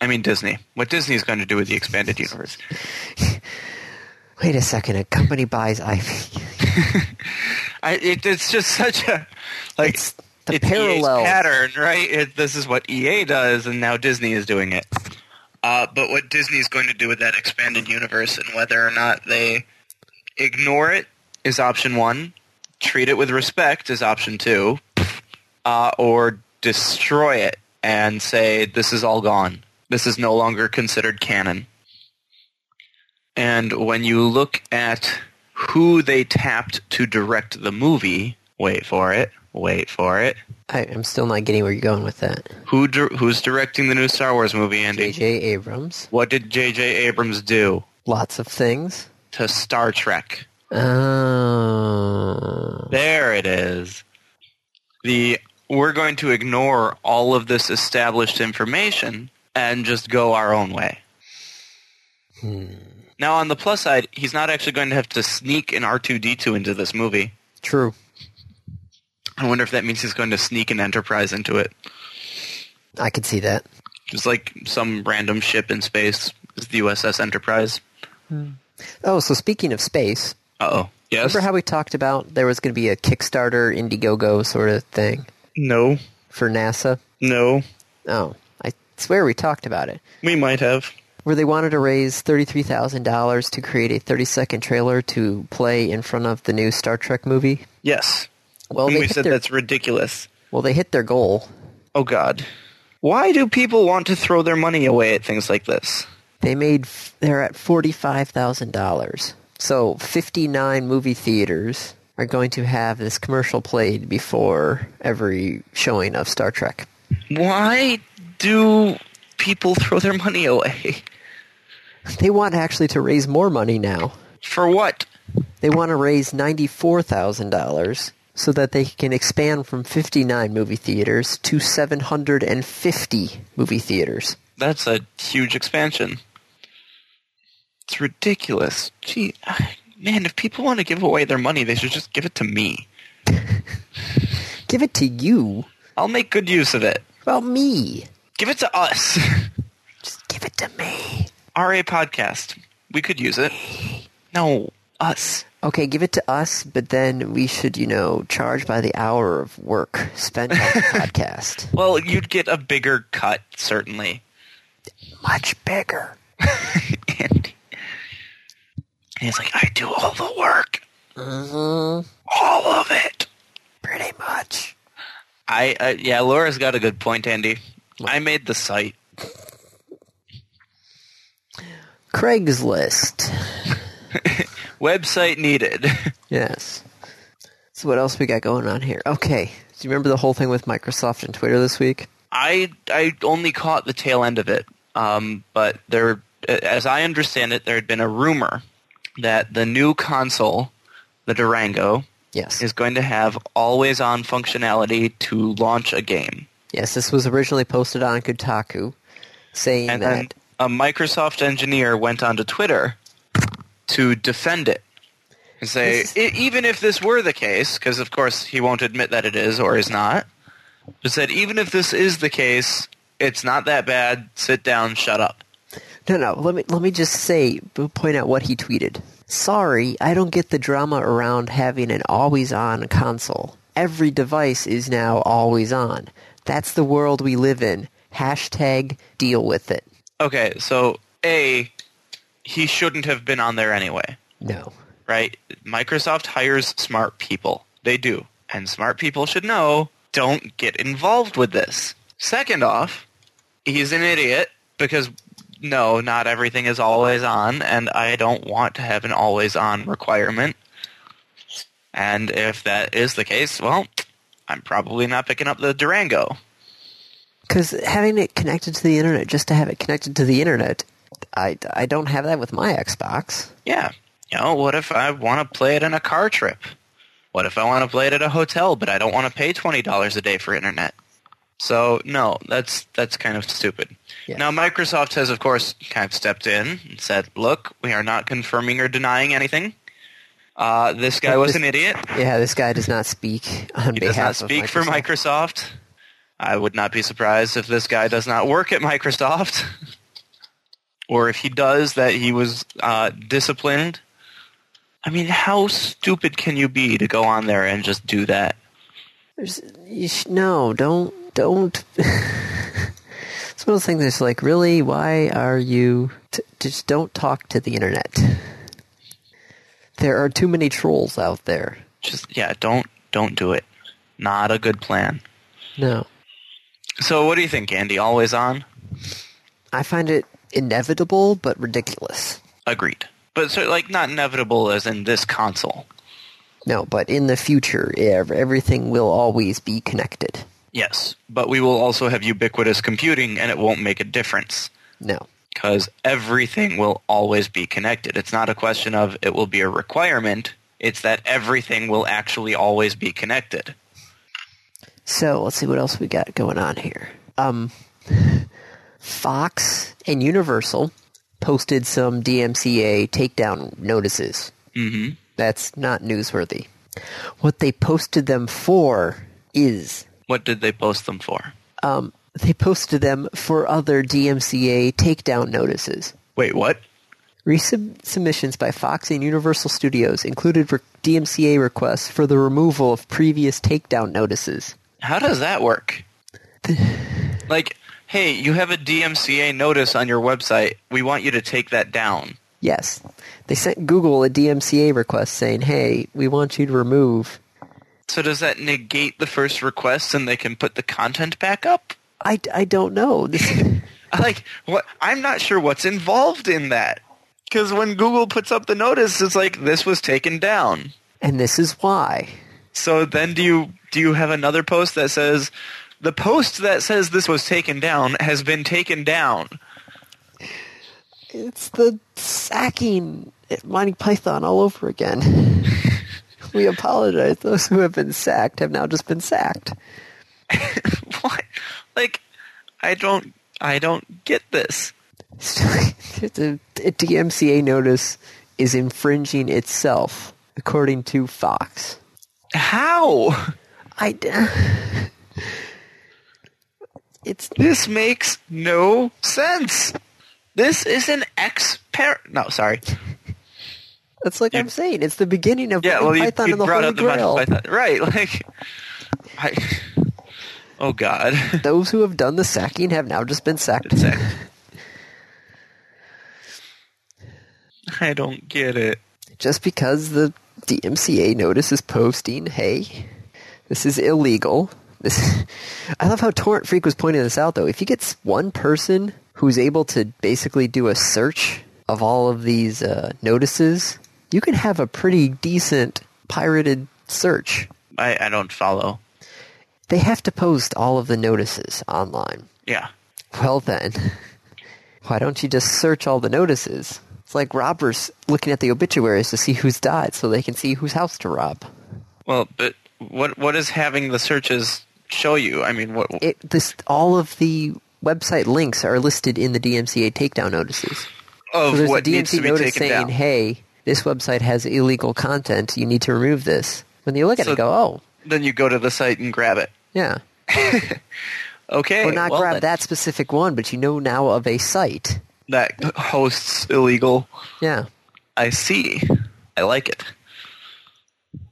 S2: I mean Disney. What Disney is going to do with the expanded universe?
S1: Wait a second, a company buys IP.
S2: I, it, it's just such a like
S1: It's the
S2: it's EA's
S1: parallel.
S2: pattern, right? It, this is what EA does, and now Disney is doing it. Uh, but what Disney is going to do with that expanded universe, and whether or not they ignore it, is option one. Treat it with respect is option two, uh, or destroy it and say this is all gone. This is no longer considered canon. And when you look at who they tapped to direct the movie, wait for it, wait for it.
S1: I, I'm still not getting where you're going with that.
S2: Who dir- who's directing the new Star Wars movie, Andy?
S1: J.J. Abrams,
S2: What did J.J. Abrams do
S1: lots of things. Uh,
S2: to Star Trek?
S1: Oh.
S2: There it is. The we're going to ignore all of this established information and just go our own way. Now, on the plus side, he's not actually going to have to sneak an R two D two into this movie.
S1: True.
S2: I wonder if that means he's going to sneak an Enterprise into it,
S1: I could see that.
S2: just like some random ship in space is the USS Enterprise.
S1: Oh, so speaking of space,
S2: Uh oh. Yes.
S1: remember how we talked about there was going to be a Kickstarter, Indiegogo sort of thing
S2: no.
S1: for NASA?
S2: No.
S1: Oh, I swear we talked about it.
S2: We might have.
S1: Where they wanted to raise $33,000 to create a 30 second trailer to play in front of the new Star Trek movie.
S2: Yes.
S1: Well, they
S2: we
S1: hit
S2: said
S1: their,
S2: that's ridiculous.
S1: well, they hit their goal.
S2: Oh God. Why do people want to throw their money away at things like this?
S1: They made f- they're at $45,000. So, 59 movie theaters are going to have this commercial played before every showing of Star Trek.
S2: Why do people throw their money away?
S1: They want actually to raise more money now.
S2: For what?
S1: They want to raise $94,000 so that they can expand from 59 movie theaters to 750 movie theaters.
S2: That's a huge expansion. It's ridiculous. Gee, I- man, if people want to give away their money, they should just give it to me.
S1: Give it to you.
S2: I'll make good use of it.
S1: Well, me.
S2: Give it to us.
S1: Just give it to me.
S2: RA podcast. We could use it. No, us.
S1: Okay, give it to us, but then we should, you know, charge by the hour of work spent on the podcast.
S2: Well, you'd get a bigger cut, certainly.
S1: Much bigger.
S2: and, and he's like, I do all the work. All of it.
S1: Pretty much.
S2: I, uh, yeah, Laura's got a good point, Andy. I made the site.
S1: Craigslist.
S2: Website needed.
S1: Yes. So what else we got going on here? Okay. Do you remember the whole thing with Microsoft and Twitter this week?
S2: I, I only caught the tail end of it. Um, but there, as I understand it, there had been a rumor that the new console, the Durango,
S1: Yes.
S2: is going to have always on functionality to launch a game.
S1: Yes, this was originally posted on Kotaku saying
S2: And
S1: that
S2: then a Microsoft engineer went onto Twitter to defend it and say,
S1: This
S2: "E- even if this were the case, because of course he won't admit that it is or is not, but said, even if this is the case, it's not that bad. Sit down, shut up.
S1: No, no. Let me let me just say point out what he tweeted. Sorry, I don't get the drama around having an always-on console. Every device is now always on. That's the world we live in. Hashtag deal with it.
S2: Okay, so A, he shouldn't have been on there anyway,
S1: No.
S2: right? Microsoft hires smart people. They do. And smart people should know, don't get involved with this. Second off, he's an idiot because no, not everything is always on, and I don't want to have an always on requirement. And if that is the case, well, I'm probably not picking up the Durango.
S1: Because having it connected to the internet, just to have it connected to the internet, I, I don't have that with my Xbox.
S2: Yeah. You know, what if I want to play it on a car trip? What if I want to play it at a hotel, but I don't want to pay twenty dollars a day for internet? So no, that's that's kind of stupid.
S1: Yeah.
S2: Now Microsoft has, of course, kind of stepped in and said, "Look, we are not confirming or denying anything. Uh, this guy
S1: But
S2: was
S1: this-
S2: an idiot.
S1: Yeah, this guy does not speak on
S2: He does not
S1: behalf
S2: speak
S1: of Microsoft.
S2: for Microsoft. I would not be surprised if this guy does not work at Microsoft, or if he does, that he was uh, disciplined. I mean, how stupid can you be to go on there and just do that?
S1: There's, you sh- no, don't, don't. it's one of those things that's like, really, why are you? T- just don't talk to the internet. There are too many trolls out there.
S2: Just yeah, don't don't do it. Not a good plan.
S1: No,
S2: So, what do you think, Andy? Always on?
S1: I find it inevitable but ridiculous.
S2: Agreed. But so, like, not inevitable as in this console.
S1: No, but in the future, ev- everything will always be connected.
S2: Yes, but we will also have ubiquitous computing, and it won't make a difference.
S1: No,
S2: because everything will always be connected. It's not a question of it will be a requirement. It's that everything will actually always be connected.
S1: So let's see what else we got going on here. Um, Fox and Universal posted some DMCA takedown notices.
S2: hmm
S1: That's not newsworthy. What they posted them for is
S2: What did they post them for?
S1: um, they posted them for other DMCA takedown notices.
S2: Wait, what?
S1: Recent submissions by Fox and Universal Studios included re- DMCA requests for the removal of previous takedown notices.
S2: How does that work? like, hey, you have a DMCA notice on your website. We want you to take that down.
S1: Yes. They sent Google a DMCA request saying, hey, we want you to remove.
S2: So does that negate the first request and they can put the content back up?
S1: I, I don't know. This,
S2: like what i'm not sure what's involved in that because when google puts up the notice it's like this was taken down
S1: and this is why.
S2: so then do you do you have another post that says the post that says this was taken down has been taken down
S1: It's the sacking at Monty Python all over again. we apologize. Those who have been sacked have now just been sacked.
S2: what like i don't i don't get this
S1: the the DMCA notice is infringing itself, according to Fox.
S2: how
S1: I. d- It's
S2: this makes no sense this is an ex parent no sorry
S1: That's like I'm saying. It's the beginning of
S2: Yeah,
S1: Monty
S2: well, you,
S1: Python
S2: you
S1: and the
S2: brought
S1: Holy
S2: up the Monty
S1: Grail.
S2: Python. Right, like, I, oh god,
S1: Those who have done the sacking have now just been sacked.
S2: It's a- I don't get it.
S1: Just because the DMCA notice is posting, hey, this is illegal. This, I love how Torrent Freak was pointing this out, though. If you get s- one person who's able to basically do a search of all of these uh, notices, you can have a pretty decent pirated search.
S2: I, I don't follow.
S1: They have to post all of the notices online.
S2: Yeah,
S1: Well then, why don't you just search all the notices? It's like robbers looking at the obituaries to see who's died so they can see whose house to rob.
S2: well, but what what is having the searches show you? I mean, what?
S1: It, this, all of the website links are listed in the DMCA takedown notices. So
S2: of
S1: there's
S2: what
S1: a DMCA
S2: needs to be
S1: notice
S2: taken
S1: saying,
S2: down?
S1: hey, this website has illegal content. You need to remove this. When you look at
S2: So-
S1: it, go, oh,
S2: Then you go to the site and grab it.
S1: yeah.
S2: Okay.
S1: or not
S2: well,
S1: grab
S2: then-
S1: that specific one, but you know now of a site.
S2: That hosts illegal.
S1: Yeah.
S2: I see. I like it.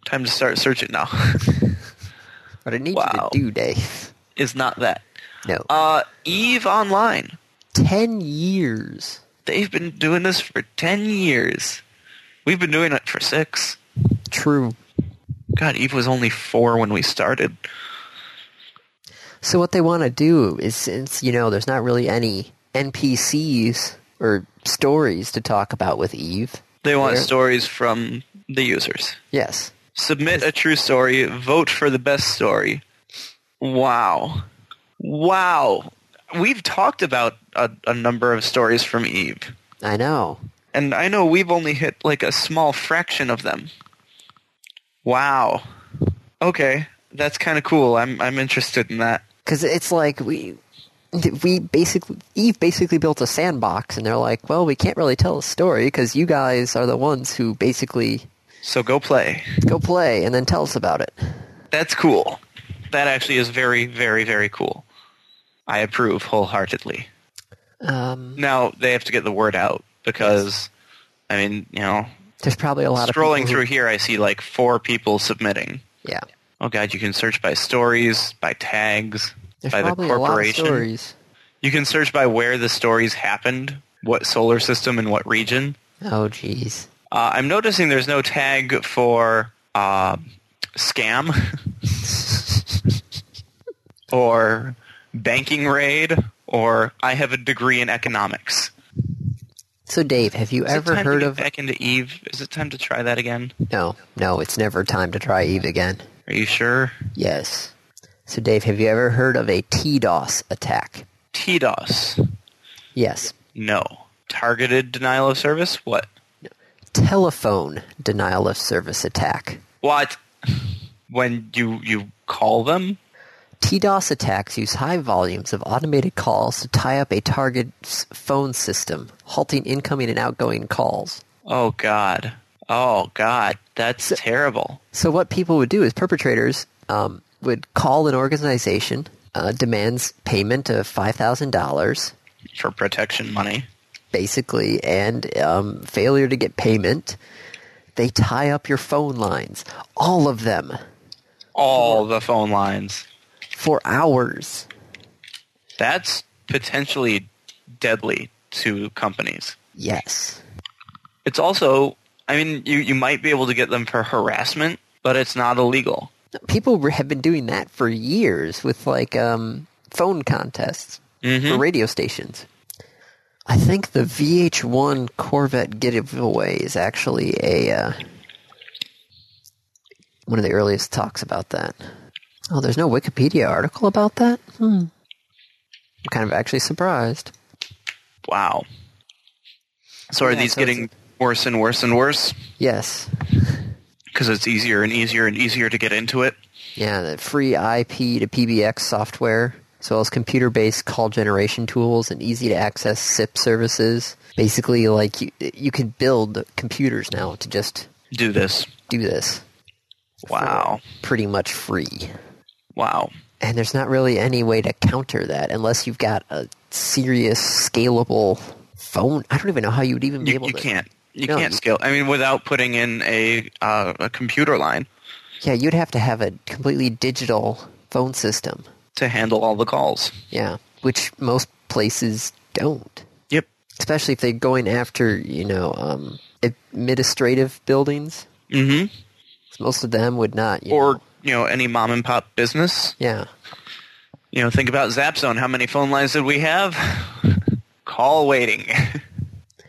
S2: Time to start searching now.
S1: What I need
S2: Wow.
S1: you to do, Dave.
S2: is not that.
S1: No.
S2: Uh, Eve Online.
S1: Ten years.
S2: They've been doing this for 10 years. We've been doing it for six.
S1: True.
S2: God, Eve was only four when we started.
S1: So what they want to do is, since you know, there's not really any NPCs or stories to talk about with Eve.
S2: They want
S1: Yeah.
S2: stories from the users.
S1: Yes.
S2: Submit a true story. Vote for the best story. Wow. Wow. We've talked about a, a number of stories from Eve.
S1: I know.
S2: And I know we've only hit like a small fraction of them. Wow. Okay. That's kind of cool. I'm, I'm interested in that.
S1: because it's like we th- we basically Eve basically built a sandbox, and they're like, well, we can't really tell a story because you guys are the ones who basically
S2: So go play.
S1: go play and then tell us about it.
S2: That's cool. That actually is very, very, very cool. I approve wholeheartedly.
S1: Um,
S2: Now they have to get the word out because, I mean, you know,
S1: there's probably a lot of
S2: scrolling
S1: people who-
S2: through here, I see like four people submitting.
S1: yeah,
S2: Oh god, you can search by stories, by tags,
S1: there's
S2: by the
S1: probably a lot of
S2: corporation.
S1: stories.
S2: You can search by where the stories happened, what solar system, and what region.
S1: Oh, jeez.
S2: Uh, I'm noticing there's no tag for uh, scam or banking raid or I have a degree in economics.
S1: So, Dave, have you
S2: Is it
S1: ever
S2: time to
S1: heard
S2: get
S1: of?
S2: back into Eve? Is it time to try that again?
S1: No, no, it's never time to try Eve again.
S2: Are you sure?
S1: Yes. So, Dave, have you ever heard of a DOS attack?
S2: DDoS.
S1: Yes.
S2: No. Targeted denial of service? What?
S1: Telephone denial of service attack.
S2: What? When you you call them?
S1: DDoS attacks use high volumes of automated calls to tie up a target's phone system, halting incoming and outgoing calls.
S2: Oh god. Oh god. That's terrible.
S1: So what people would do is perpetrators um, would call an organization, uh, demands payment of five thousand dollars,
S2: For protection money.
S1: basically, and um, failure to get payment. They tie up your phone lines, all of them,
S2: All the phone lines.
S1: for hours.
S2: That's potentially deadly to companies.
S1: Yes.
S2: It's also, I mean, you, you might be able to get them for harassment, but it's not illegal.
S1: people re- have been doing that for years with like um, phone contests for radio stations. I think the VH1 Corvette giveaway is actually a uh, one of the earliest talks about that. Oh, there's no Wikipedia article about that. Hmm. I'm kind of actually surprised.
S2: Wow. So are
S1: Yeah,
S2: these
S1: so
S2: getting worse and worse and worse?
S1: Yes.
S2: Because it's easier and easier and easier to get into it?
S1: Yeah, the free IP to PBX software, as well as computer based call generation tools and easy to access SIP services. Basically, like you, you can build computers now to just
S2: Do this.
S1: do this
S2: Wow.
S1: pretty much free.
S2: Wow.
S1: And there's not really any way to counter that unless you've got a serious, scalable phone. I don't even know how you would even be
S2: You,
S1: able
S2: you
S1: to.
S2: can't. You
S1: No,
S2: can't
S1: you-
S2: scale. I mean, without putting in a, uh, a computer line
S1: Yeah, you'd have to have a completely digital phone system.
S2: to handle all the calls.
S1: Yeah, which most places don't.
S2: Yep.
S1: especially if they're going after you know um, administrative buildings.
S2: hmm
S1: 'Cause Most of them would not. You
S2: Or,
S1: know.
S2: you know, any mom and pop business.
S1: yeah,
S2: You know, think about Zapzone. How many phone lines did we have? Call waiting.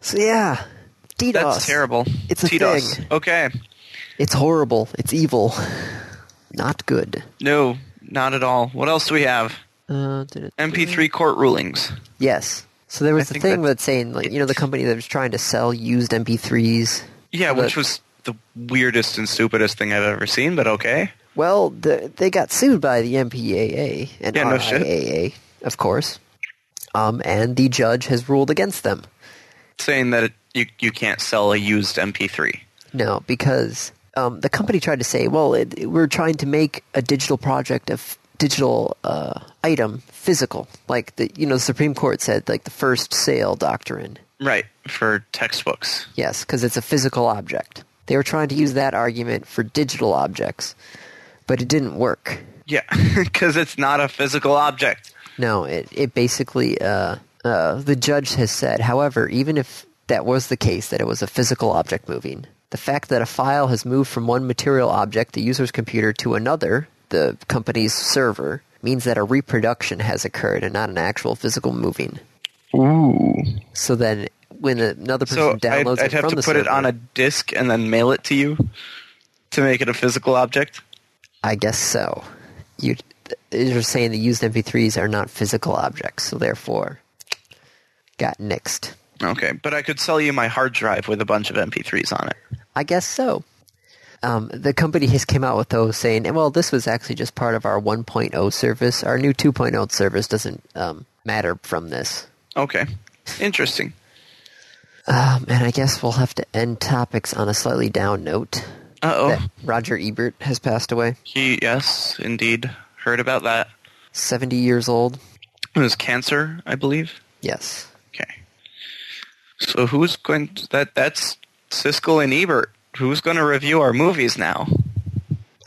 S1: so yeah, DDoS.
S2: That's terrible.
S1: It's a
S2: DDoS.
S1: thing.
S2: Okay.
S1: It's horrible. It's evil. Not good.
S2: No, not at all. What else do we have?
S1: Uh, did it-
S2: MP3 court rulings.
S1: Yes. So there was the
S2: think
S1: thing
S2: that's-
S1: that's saying, like, you know, the company that was trying to sell used MP3s.
S2: Yeah,
S1: But-
S2: which was the weirdest and stupidest thing I've ever seen, but okay.
S1: Well, the, they got sued by the MPAA and
S2: Yeah, no shit.
S1: RIAA, of course. Um, and the judge has ruled against them.
S2: Saying that it you you can't sell a used MP3.
S1: No, because um, the company tried to say, well, it, we're trying to make a digital project of digital uh, item physical, like the you know the Supreme Court said, like the first sale doctrine.
S2: Right for textbooks.
S1: Yes, because it's a physical object. They were trying to use that argument for digital objects, but it didn't work.
S2: Yeah, because it's not a physical object.
S1: No, it it basically uh, uh, the judge has said. However, even if that was the case, that it was a physical object moving, the fact that a file has moved from one material object, the user's computer, to another, the company's server, means that a reproduction has occurred and not an actual physical moving.
S2: Ooh.
S1: So then, when another person
S2: So I'd,
S1: downloads
S2: I'd
S1: it
S2: have
S1: from
S2: to
S1: the
S2: put
S1: server,
S2: it on a disc and then mail it to you to make it a physical object.
S1: I guess so. You, you're saying the used MP3s are not physical objects, so therefore, got nixed.
S2: Okay, but I could sell you my hard drive with a bunch of MP3s on it.
S1: I guess so. Um, the company has came out with those saying, "And well, this was actually just part of our 1.0 service. Our new 2.0 service doesn't um, matter from this."
S2: Okay, interesting.
S1: Um, and I guess we'll have to end topics on a slightly down note.
S2: Uh oh.
S1: That Roger Ebert has passed away,
S2: He yes, indeed, heard about that.
S1: 70 years old.
S2: It was cancer, I believe.
S1: Yes,
S2: Okay. So who's going to, that? That's Siskel and Ebert. Who's going to review our movies now?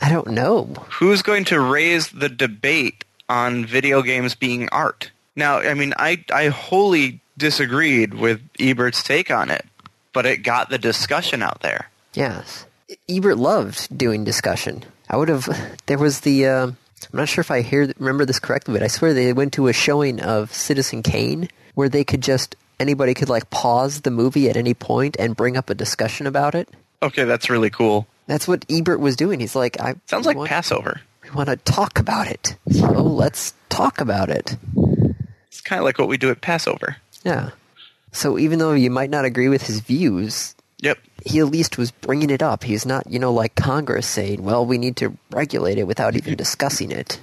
S1: I don't know.
S2: Who's going to raise the debate on video games being art? Now, I mean, I I wholly disagreed with Ebert's take on it, but it got the discussion out there.
S1: Yes. Ebert loved doing discussion. I would have. There was the. Uh, I'm not sure if I hear remember this correctly, but I swear they went to a showing of Citizen Kane where they could just anybody could like pause the movie at any point and bring up a discussion about it.
S2: Okay, that's really cool.
S1: That's what Ebert was doing. He's like, I
S2: Sounds like
S1: want,
S2: Passover.
S1: we want to talk about it, so let's talk about it.
S2: It's kind of like what we do at Passover.
S1: Yeah. So even though you might not agree with his views,
S2: Yep.
S1: he at least was bringing it up. He's not, you know, like Congress saying, "Well, we need to regulate it without even discussing it."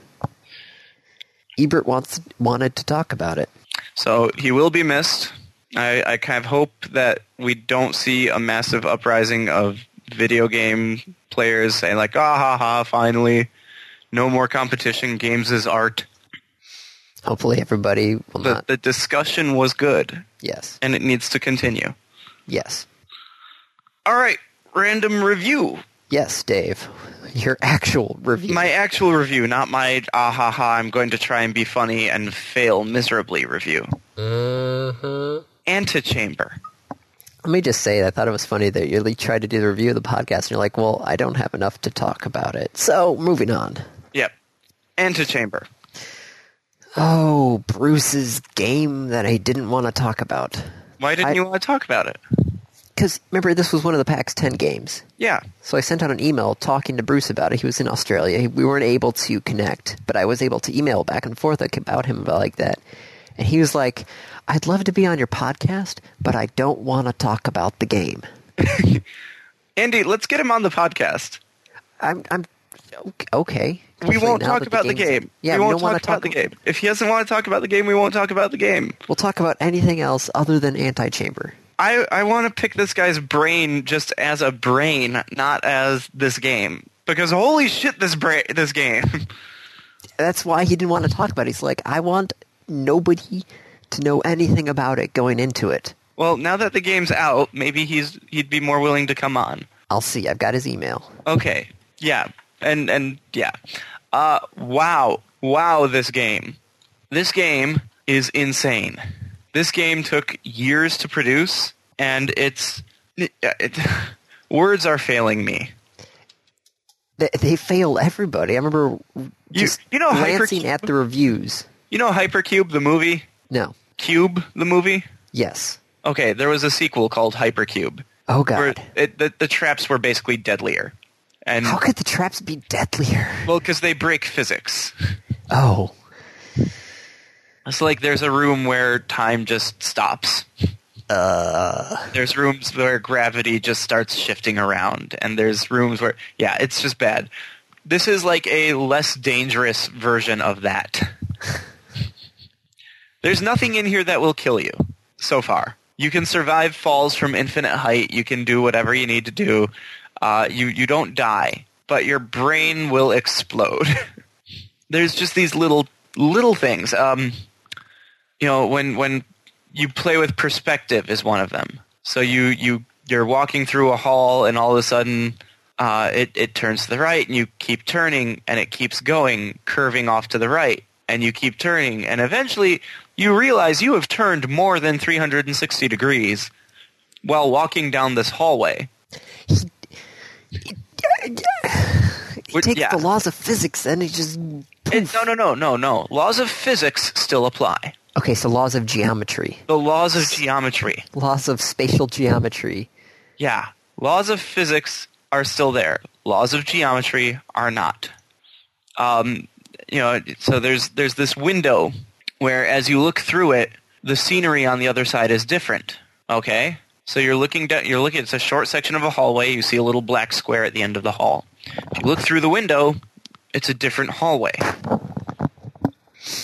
S1: Ebert wants wanted to talk about it.
S2: So he will be missed. I, I kind of hope that we don't see a massive uprising of video game players saying like, ah ha ha, finally, no more competition. Games is art.
S1: Hopefully, everybody will
S2: The,
S1: not.
S2: the discussion was good,
S1: Yes,
S2: and it needs to continue.
S1: yes,
S2: All right, random review.
S1: yes, Dave, your actual review.
S2: My actual review, not my ah ha ha, I'm going to try and be funny and fail miserably review. Antechamber.
S1: Let me just say, I thought it was funny that you really tried to do the review of the podcast, and you're like, "Well, I don't have enough to talk about it." So, moving on.
S2: Yep. Antechamber.
S1: Oh, Bruce's game that I didn't want to talk about
S2: Why didn't
S1: I-
S2: you want to talk about it?
S1: because remember this was one of the PAX ten games.
S2: Yeah.
S1: So I sent out an email talking to Bruce about it. He was in Australia. He- We weren't able to connect, but I was able to email back and forth about him about like that. And he was like, "I'd love to be on your podcast, but I don't want to talk about the game."
S2: Andy, let's get him on the podcast.
S1: I'm, I'm ok- okay.
S2: We
S1: Hopefully
S2: won't
S1: now
S2: talk
S1: that
S2: about the
S1: game's-
S2: game.
S1: Yeah,
S2: we won't
S1: don't wanna
S2: talk about the game. If he doesn't want to talk about the game, we won't talk about the game.
S1: We'll talk about anything else other than Antichamber.
S2: I, I want to pick this guy's brain just as a brain, not as this game. Because holy shit, this bra- this game.
S1: That's why he didn't want to talk about it. He's like, "I want nobody to know anything about it going into it."
S2: well, now that the game's out, maybe he's he'd be more willing to come on.
S1: I'll see. I've got his email.
S2: Okay, yeah, and and yeah, uh, wow, wow, this game, this game is insane. This game took years to produce, and it's it, it, words are failing me.
S1: they, they fail everybody. I remember just
S2: you know
S1: glancing
S2: Hypercube?
S1: at the reviews.
S2: You know, Hypercube the movie,
S1: No.
S2: Cube the movie.
S1: Yes.
S2: Okay, there was a sequel called Hypercube.
S1: Oh
S2: Where
S1: God.
S2: it, the, the traps were basically deadlier, and
S1: How could the traps be deadlier?
S2: well, because they break physics.
S1: Oh.
S2: It's like there's a room where time just stops. Uh. There's rooms where gravity just starts shifting around, and there's rooms where yeah, it's just bad. This is like a less dangerous version of that. there's nothing in here that will kill you so far. you can survive falls from infinite height. You can do whatever you need to do. Uh, you you don't die, but your brain will explode. There's just these little little things. Um, you know, when when you play with perspective is one of them. So you you you're walking through a hall, and all of a sudden. Uh, it, it turns to the right and you keep turning and it keeps going, curving off to the right and you keep turning and eventually you realize you have turned more than 360 degrees while walking down this hallway.
S1: He takes
S2: yeah.
S1: the laws of physics and he just.
S2: It, no, no, no, no, no. Laws of physics still apply.
S1: Okay, so laws of geometry,
S2: The laws of geometry.
S1: laws of spatial geometry.
S2: Yeah. Laws of physics are still there. Laws of geometry are not. Um, you know, so there's there's this window where as you look through it, the scenery on the other side is different. Okay? So you're looking down you're looking it's a short section of a hallway, you see a little black square at the end of the hall. If you look through the window, it's a different hallway.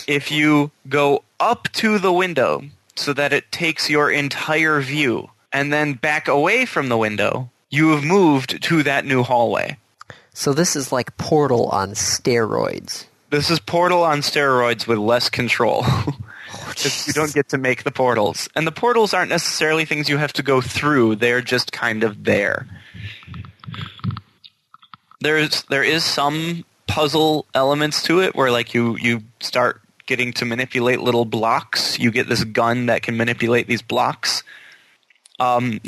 S2: If you go up to the window so that it takes your entire view and then back away from the window, you have moved to that new hallway.
S1: So this is like Portal on steroids.
S2: This is Portal on steroids with less control. 'Cause you don't get to make the portals. And the portals aren't necessarily things you have to go through, they're just kind of there. There's there is some puzzle elements to it where like you you start getting to manipulate little blocks. You get this gun that can manipulate these blocks. Um,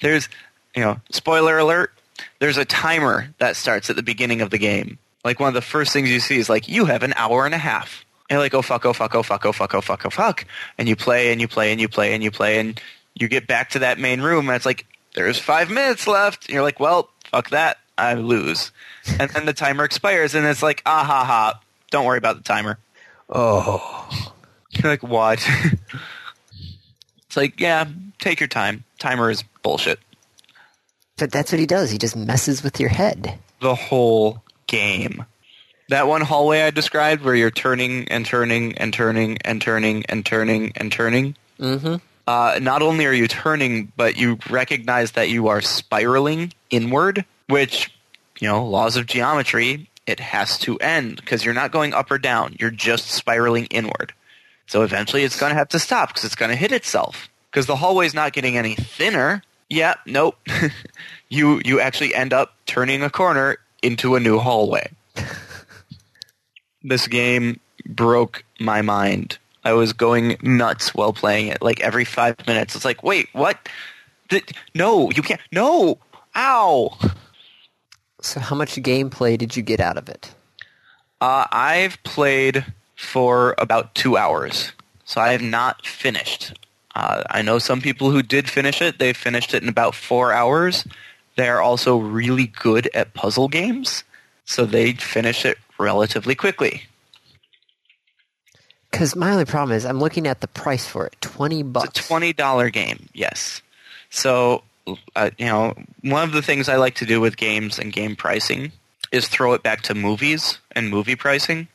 S2: there's you know, spoiler alert, there's a timer that starts at the beginning of the game. Like one of the first things you see is like, you have an hour and a half. And you're like, oh fuck, oh fuck, oh fuck, oh fuck, oh fuck, oh fuck. And you play and you play and you play and you play and you get back to that main room and it's like, there's five minutes left. And you're like, well, fuck that, I lose. And then the timer expires and it's like, ah ha ha, don't worry about the timer.
S1: Oh.
S2: You're like, what? it's like, yeah, take your time. Timer is bullshit.
S1: But that's what he does. He just messes with your head.
S2: the whole game. That one hallway I described where you're turning and turning and turning and turning and turning and turning.
S1: Mm-hmm.
S2: Uh, not only are you turning, but you recognize that you are spiraling inward, which, you know, laws of geometry, it has to end because you're not going up or down. You're just spiraling inward. So eventually it's going to have to stop because it's going to hit itself because the hallway's not getting any thinner. Yeah, nope. you you actually end up turning a corner into a new hallway. this game broke my mind. I was going nuts while playing it. Like every five minutes, it's like, wait, what? Th- no, you can't. No, ow.
S1: So how much gameplay did you get out of it?
S2: Uh, I've played for about two hours, so I have not finished. Uh, I know some people who did finish it. They finished it in about four hours. They are also really good at puzzle games, so they finish it relatively quickly.
S1: Because my only problem is I'm looking at the price for it. Twenty bucks.
S2: It's a twenty dollar game, yes. So, uh, you know, one of the things I like to do with games and game pricing is throw it back to movies and movie pricing,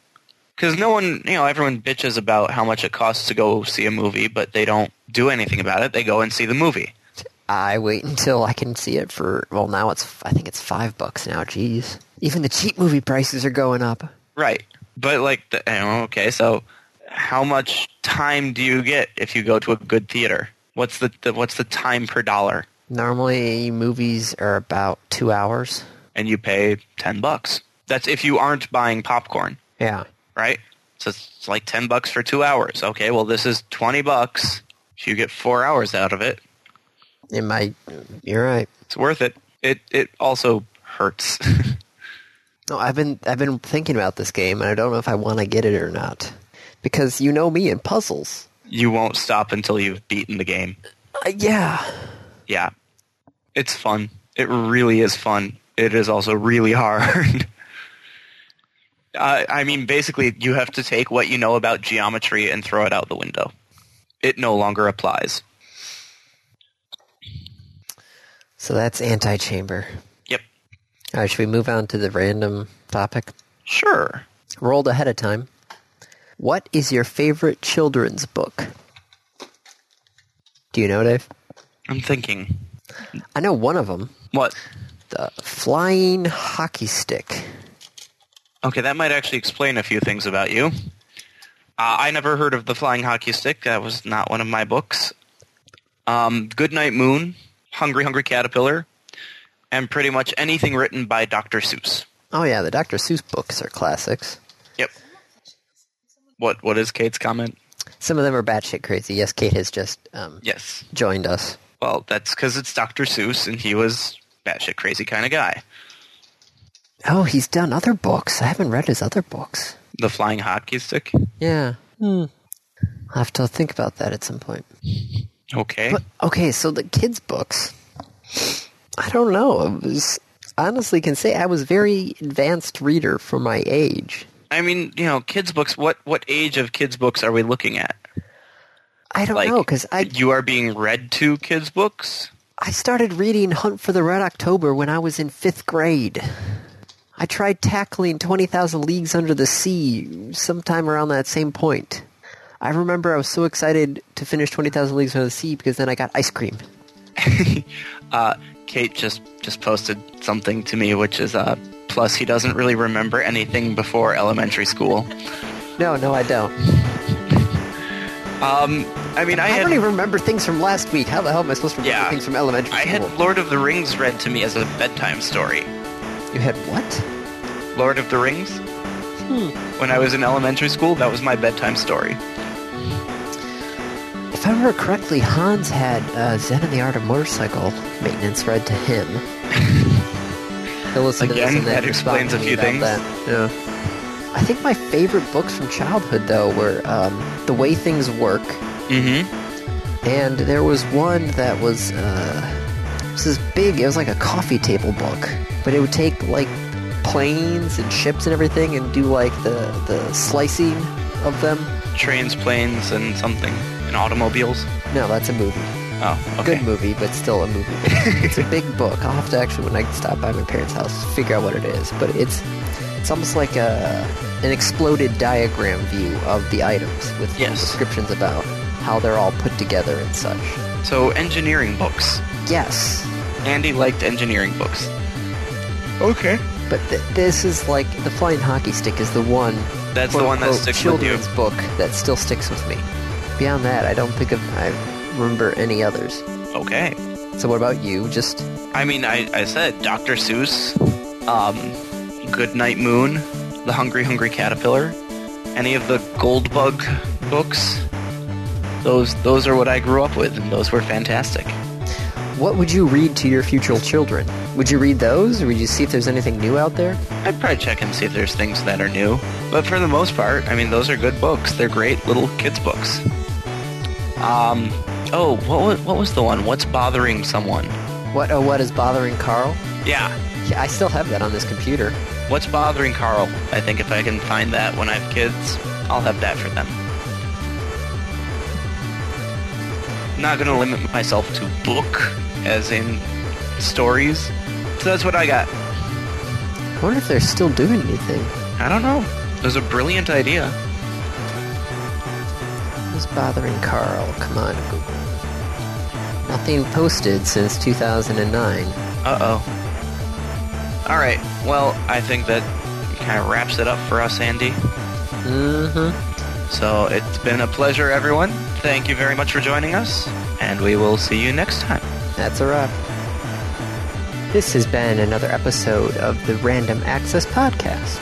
S2: because no one, you know, everyone bitches about how much it costs to go see a movie, but they don't do anything about it. They go and see the movie.
S1: I wait until I can see it for well now it's I think it's five bucks now. Jeez, even the cheap movie prices are going up.
S2: Right. But like, the, you know, okay, so how much time do you get if you go to a good theater? What's the, the what's the time per dollar?
S1: Normally movies are about two hours.
S2: And you pay ten bucks. That's if you aren't buying popcorn.
S1: Yeah,
S2: right? So it's like ten bucks for two hours. Okay, well this is twenty bucks. If you get four hours out of it,
S1: it might. You're right.
S2: it's worth it. It it also hurts.
S1: No, I've been I've been thinking about this game and I don't know if I want to get it or not because you know me in puzzles.
S2: you won't stop until you've beaten the game.
S1: Uh, yeah,
S2: Yeah. It's fun. It really is fun. It is also really hard. I I mean, basically, you have to take what you know about geometry and throw it out the window. It no longer applies.
S1: so that's antichamber.
S2: Yep.
S1: All right, should we move on to the random topic?
S2: Sure.
S1: Rolled ahead of time. What is your favorite children's book? Do you know, Dave?
S2: I'm thinking.
S1: I know one of them.
S2: What?
S1: The flying hockey stick.
S2: Okay, that might actually explain a few things about you. Uh, I never heard of the flying hockey stick. That was not one of my books. Um, Goodnight Moon, Hungry Hungry Caterpillar, and pretty much anything written by Dr. Seuss.
S1: Oh yeah, the Dr. Seuss books are classics.
S2: Yep. What What is Kate's comment?
S1: Some of them are batshit crazy. Yes, Kate has just um,
S2: Yes.
S1: joined us.
S2: Well, that's because it's Dr. Seuss, and he was batshit crazy kind of guy.
S1: Oh, he's done other books. I haven't read his other books.
S2: The flying hockey stick.
S1: Yeah. Hmm. I'll have to think about that at some point.
S2: Okay.
S1: But okay, so the kids' books. I don't know. I was honestly can say I was very advanced reader for my age.
S2: I mean, you know, kids' books. What What age of kids' books are we looking at?
S1: I don't
S2: Like,
S1: know because Oh, I
S2: you are being read to kids' books.
S1: I started reading Hunt for the Red October when I was in fifth grade. I tried tackling 20,000 Leagues Under the Sea sometime around that same point. I remember I was so excited to finish 20,000 Leagues Under the Sea because then I got ice cream.
S2: Uh, Kate just just posted something to me, which is uh, plus he doesn't really remember anything before elementary school.
S1: No, no, I don't.
S2: Um, I mean, I
S1: I,
S2: had
S1: only remember things from last week. How the hell am I supposed to remember
S2: Yeah.
S1: things from elementary
S2: I
S1: school?
S2: had Lord of the Rings read to me as a bedtime story.
S1: You had what?
S2: Lord of the Rings.
S1: Hmm.
S2: When I was in elementary school, that was my bedtime story.
S1: If I remember correctly, Hans had uh, Zen and the Art of Motorcycle Maintenance read to him. He'll listen to this
S2: Again,
S1: and then
S2: that explains
S1: respond to
S2: a few
S1: me about that. Yeah. I think my favorite books from childhood, though, were um, The Way Things Work,
S2: Mm-hmm.
S1: and there was one that was uh, it was this big. It was like a coffee table book, but it would take like planes and ships and everything, and do like the the slicing of them.
S2: Trains, planes, and something, and automobiles.
S1: No, that's a movie.
S2: Oh, okay.
S1: Good movie, but still a movie. it's a big book. I'll have to actually, when I stop by my parents' house, figure out what it is. But it's it's almost like a an exploded diagram view of the items with
S2: Yes.
S1: descriptions about how they're all put together and such.
S2: So engineering books.
S1: Yes,
S2: Andy liked engineering books. Okay.
S1: but th- this is like the flying hockey stick is the one.
S2: That's the
S1: quote,
S2: one that
S1: unquote,
S2: sticks with you.
S1: children's book that still sticks with me. Beyond that, I don't think of I remember any others.
S2: Okay.
S1: So what about you? Just
S2: I mean, I, I said Dr. Seuss, um, Goodnight Moon, The Hungry Hungry Caterpillar, any of the Goldbug books. Those those are what I grew up with, and those were fantastic.
S1: What would you read to your future children? Would you read those, or would you see if there's anything new out there?
S2: I'd probably check and see if there's things that are new. But for the most part, I mean, those are good books. They're great little kids' books. Um, oh, what was, what was the one? What's bothering someone?
S1: What oh what is bothering Carl?
S2: Yeah,
S1: Yeah, I still have that on this computer.
S2: What's bothering Carl? I think if I can find that when I have kids, I'll have that for them. Not gonna limit myself to book, as in stories. So that's what I got.
S1: I wonder if they're still doing anything.
S2: I don't know. It was a brilliant idea.
S1: What's bothering Carl? Come on, Google. Nothing posted since 2009.
S2: Uh oh. All right. Well, I think that kind of wraps it up for us, Andy.
S1: Mm-hmm.
S2: So it's been a pleasure, everyone. Thank you very much for joining us, and we will see you next time.
S1: That's a wrap. This has been another episode of the Random Access Podcast.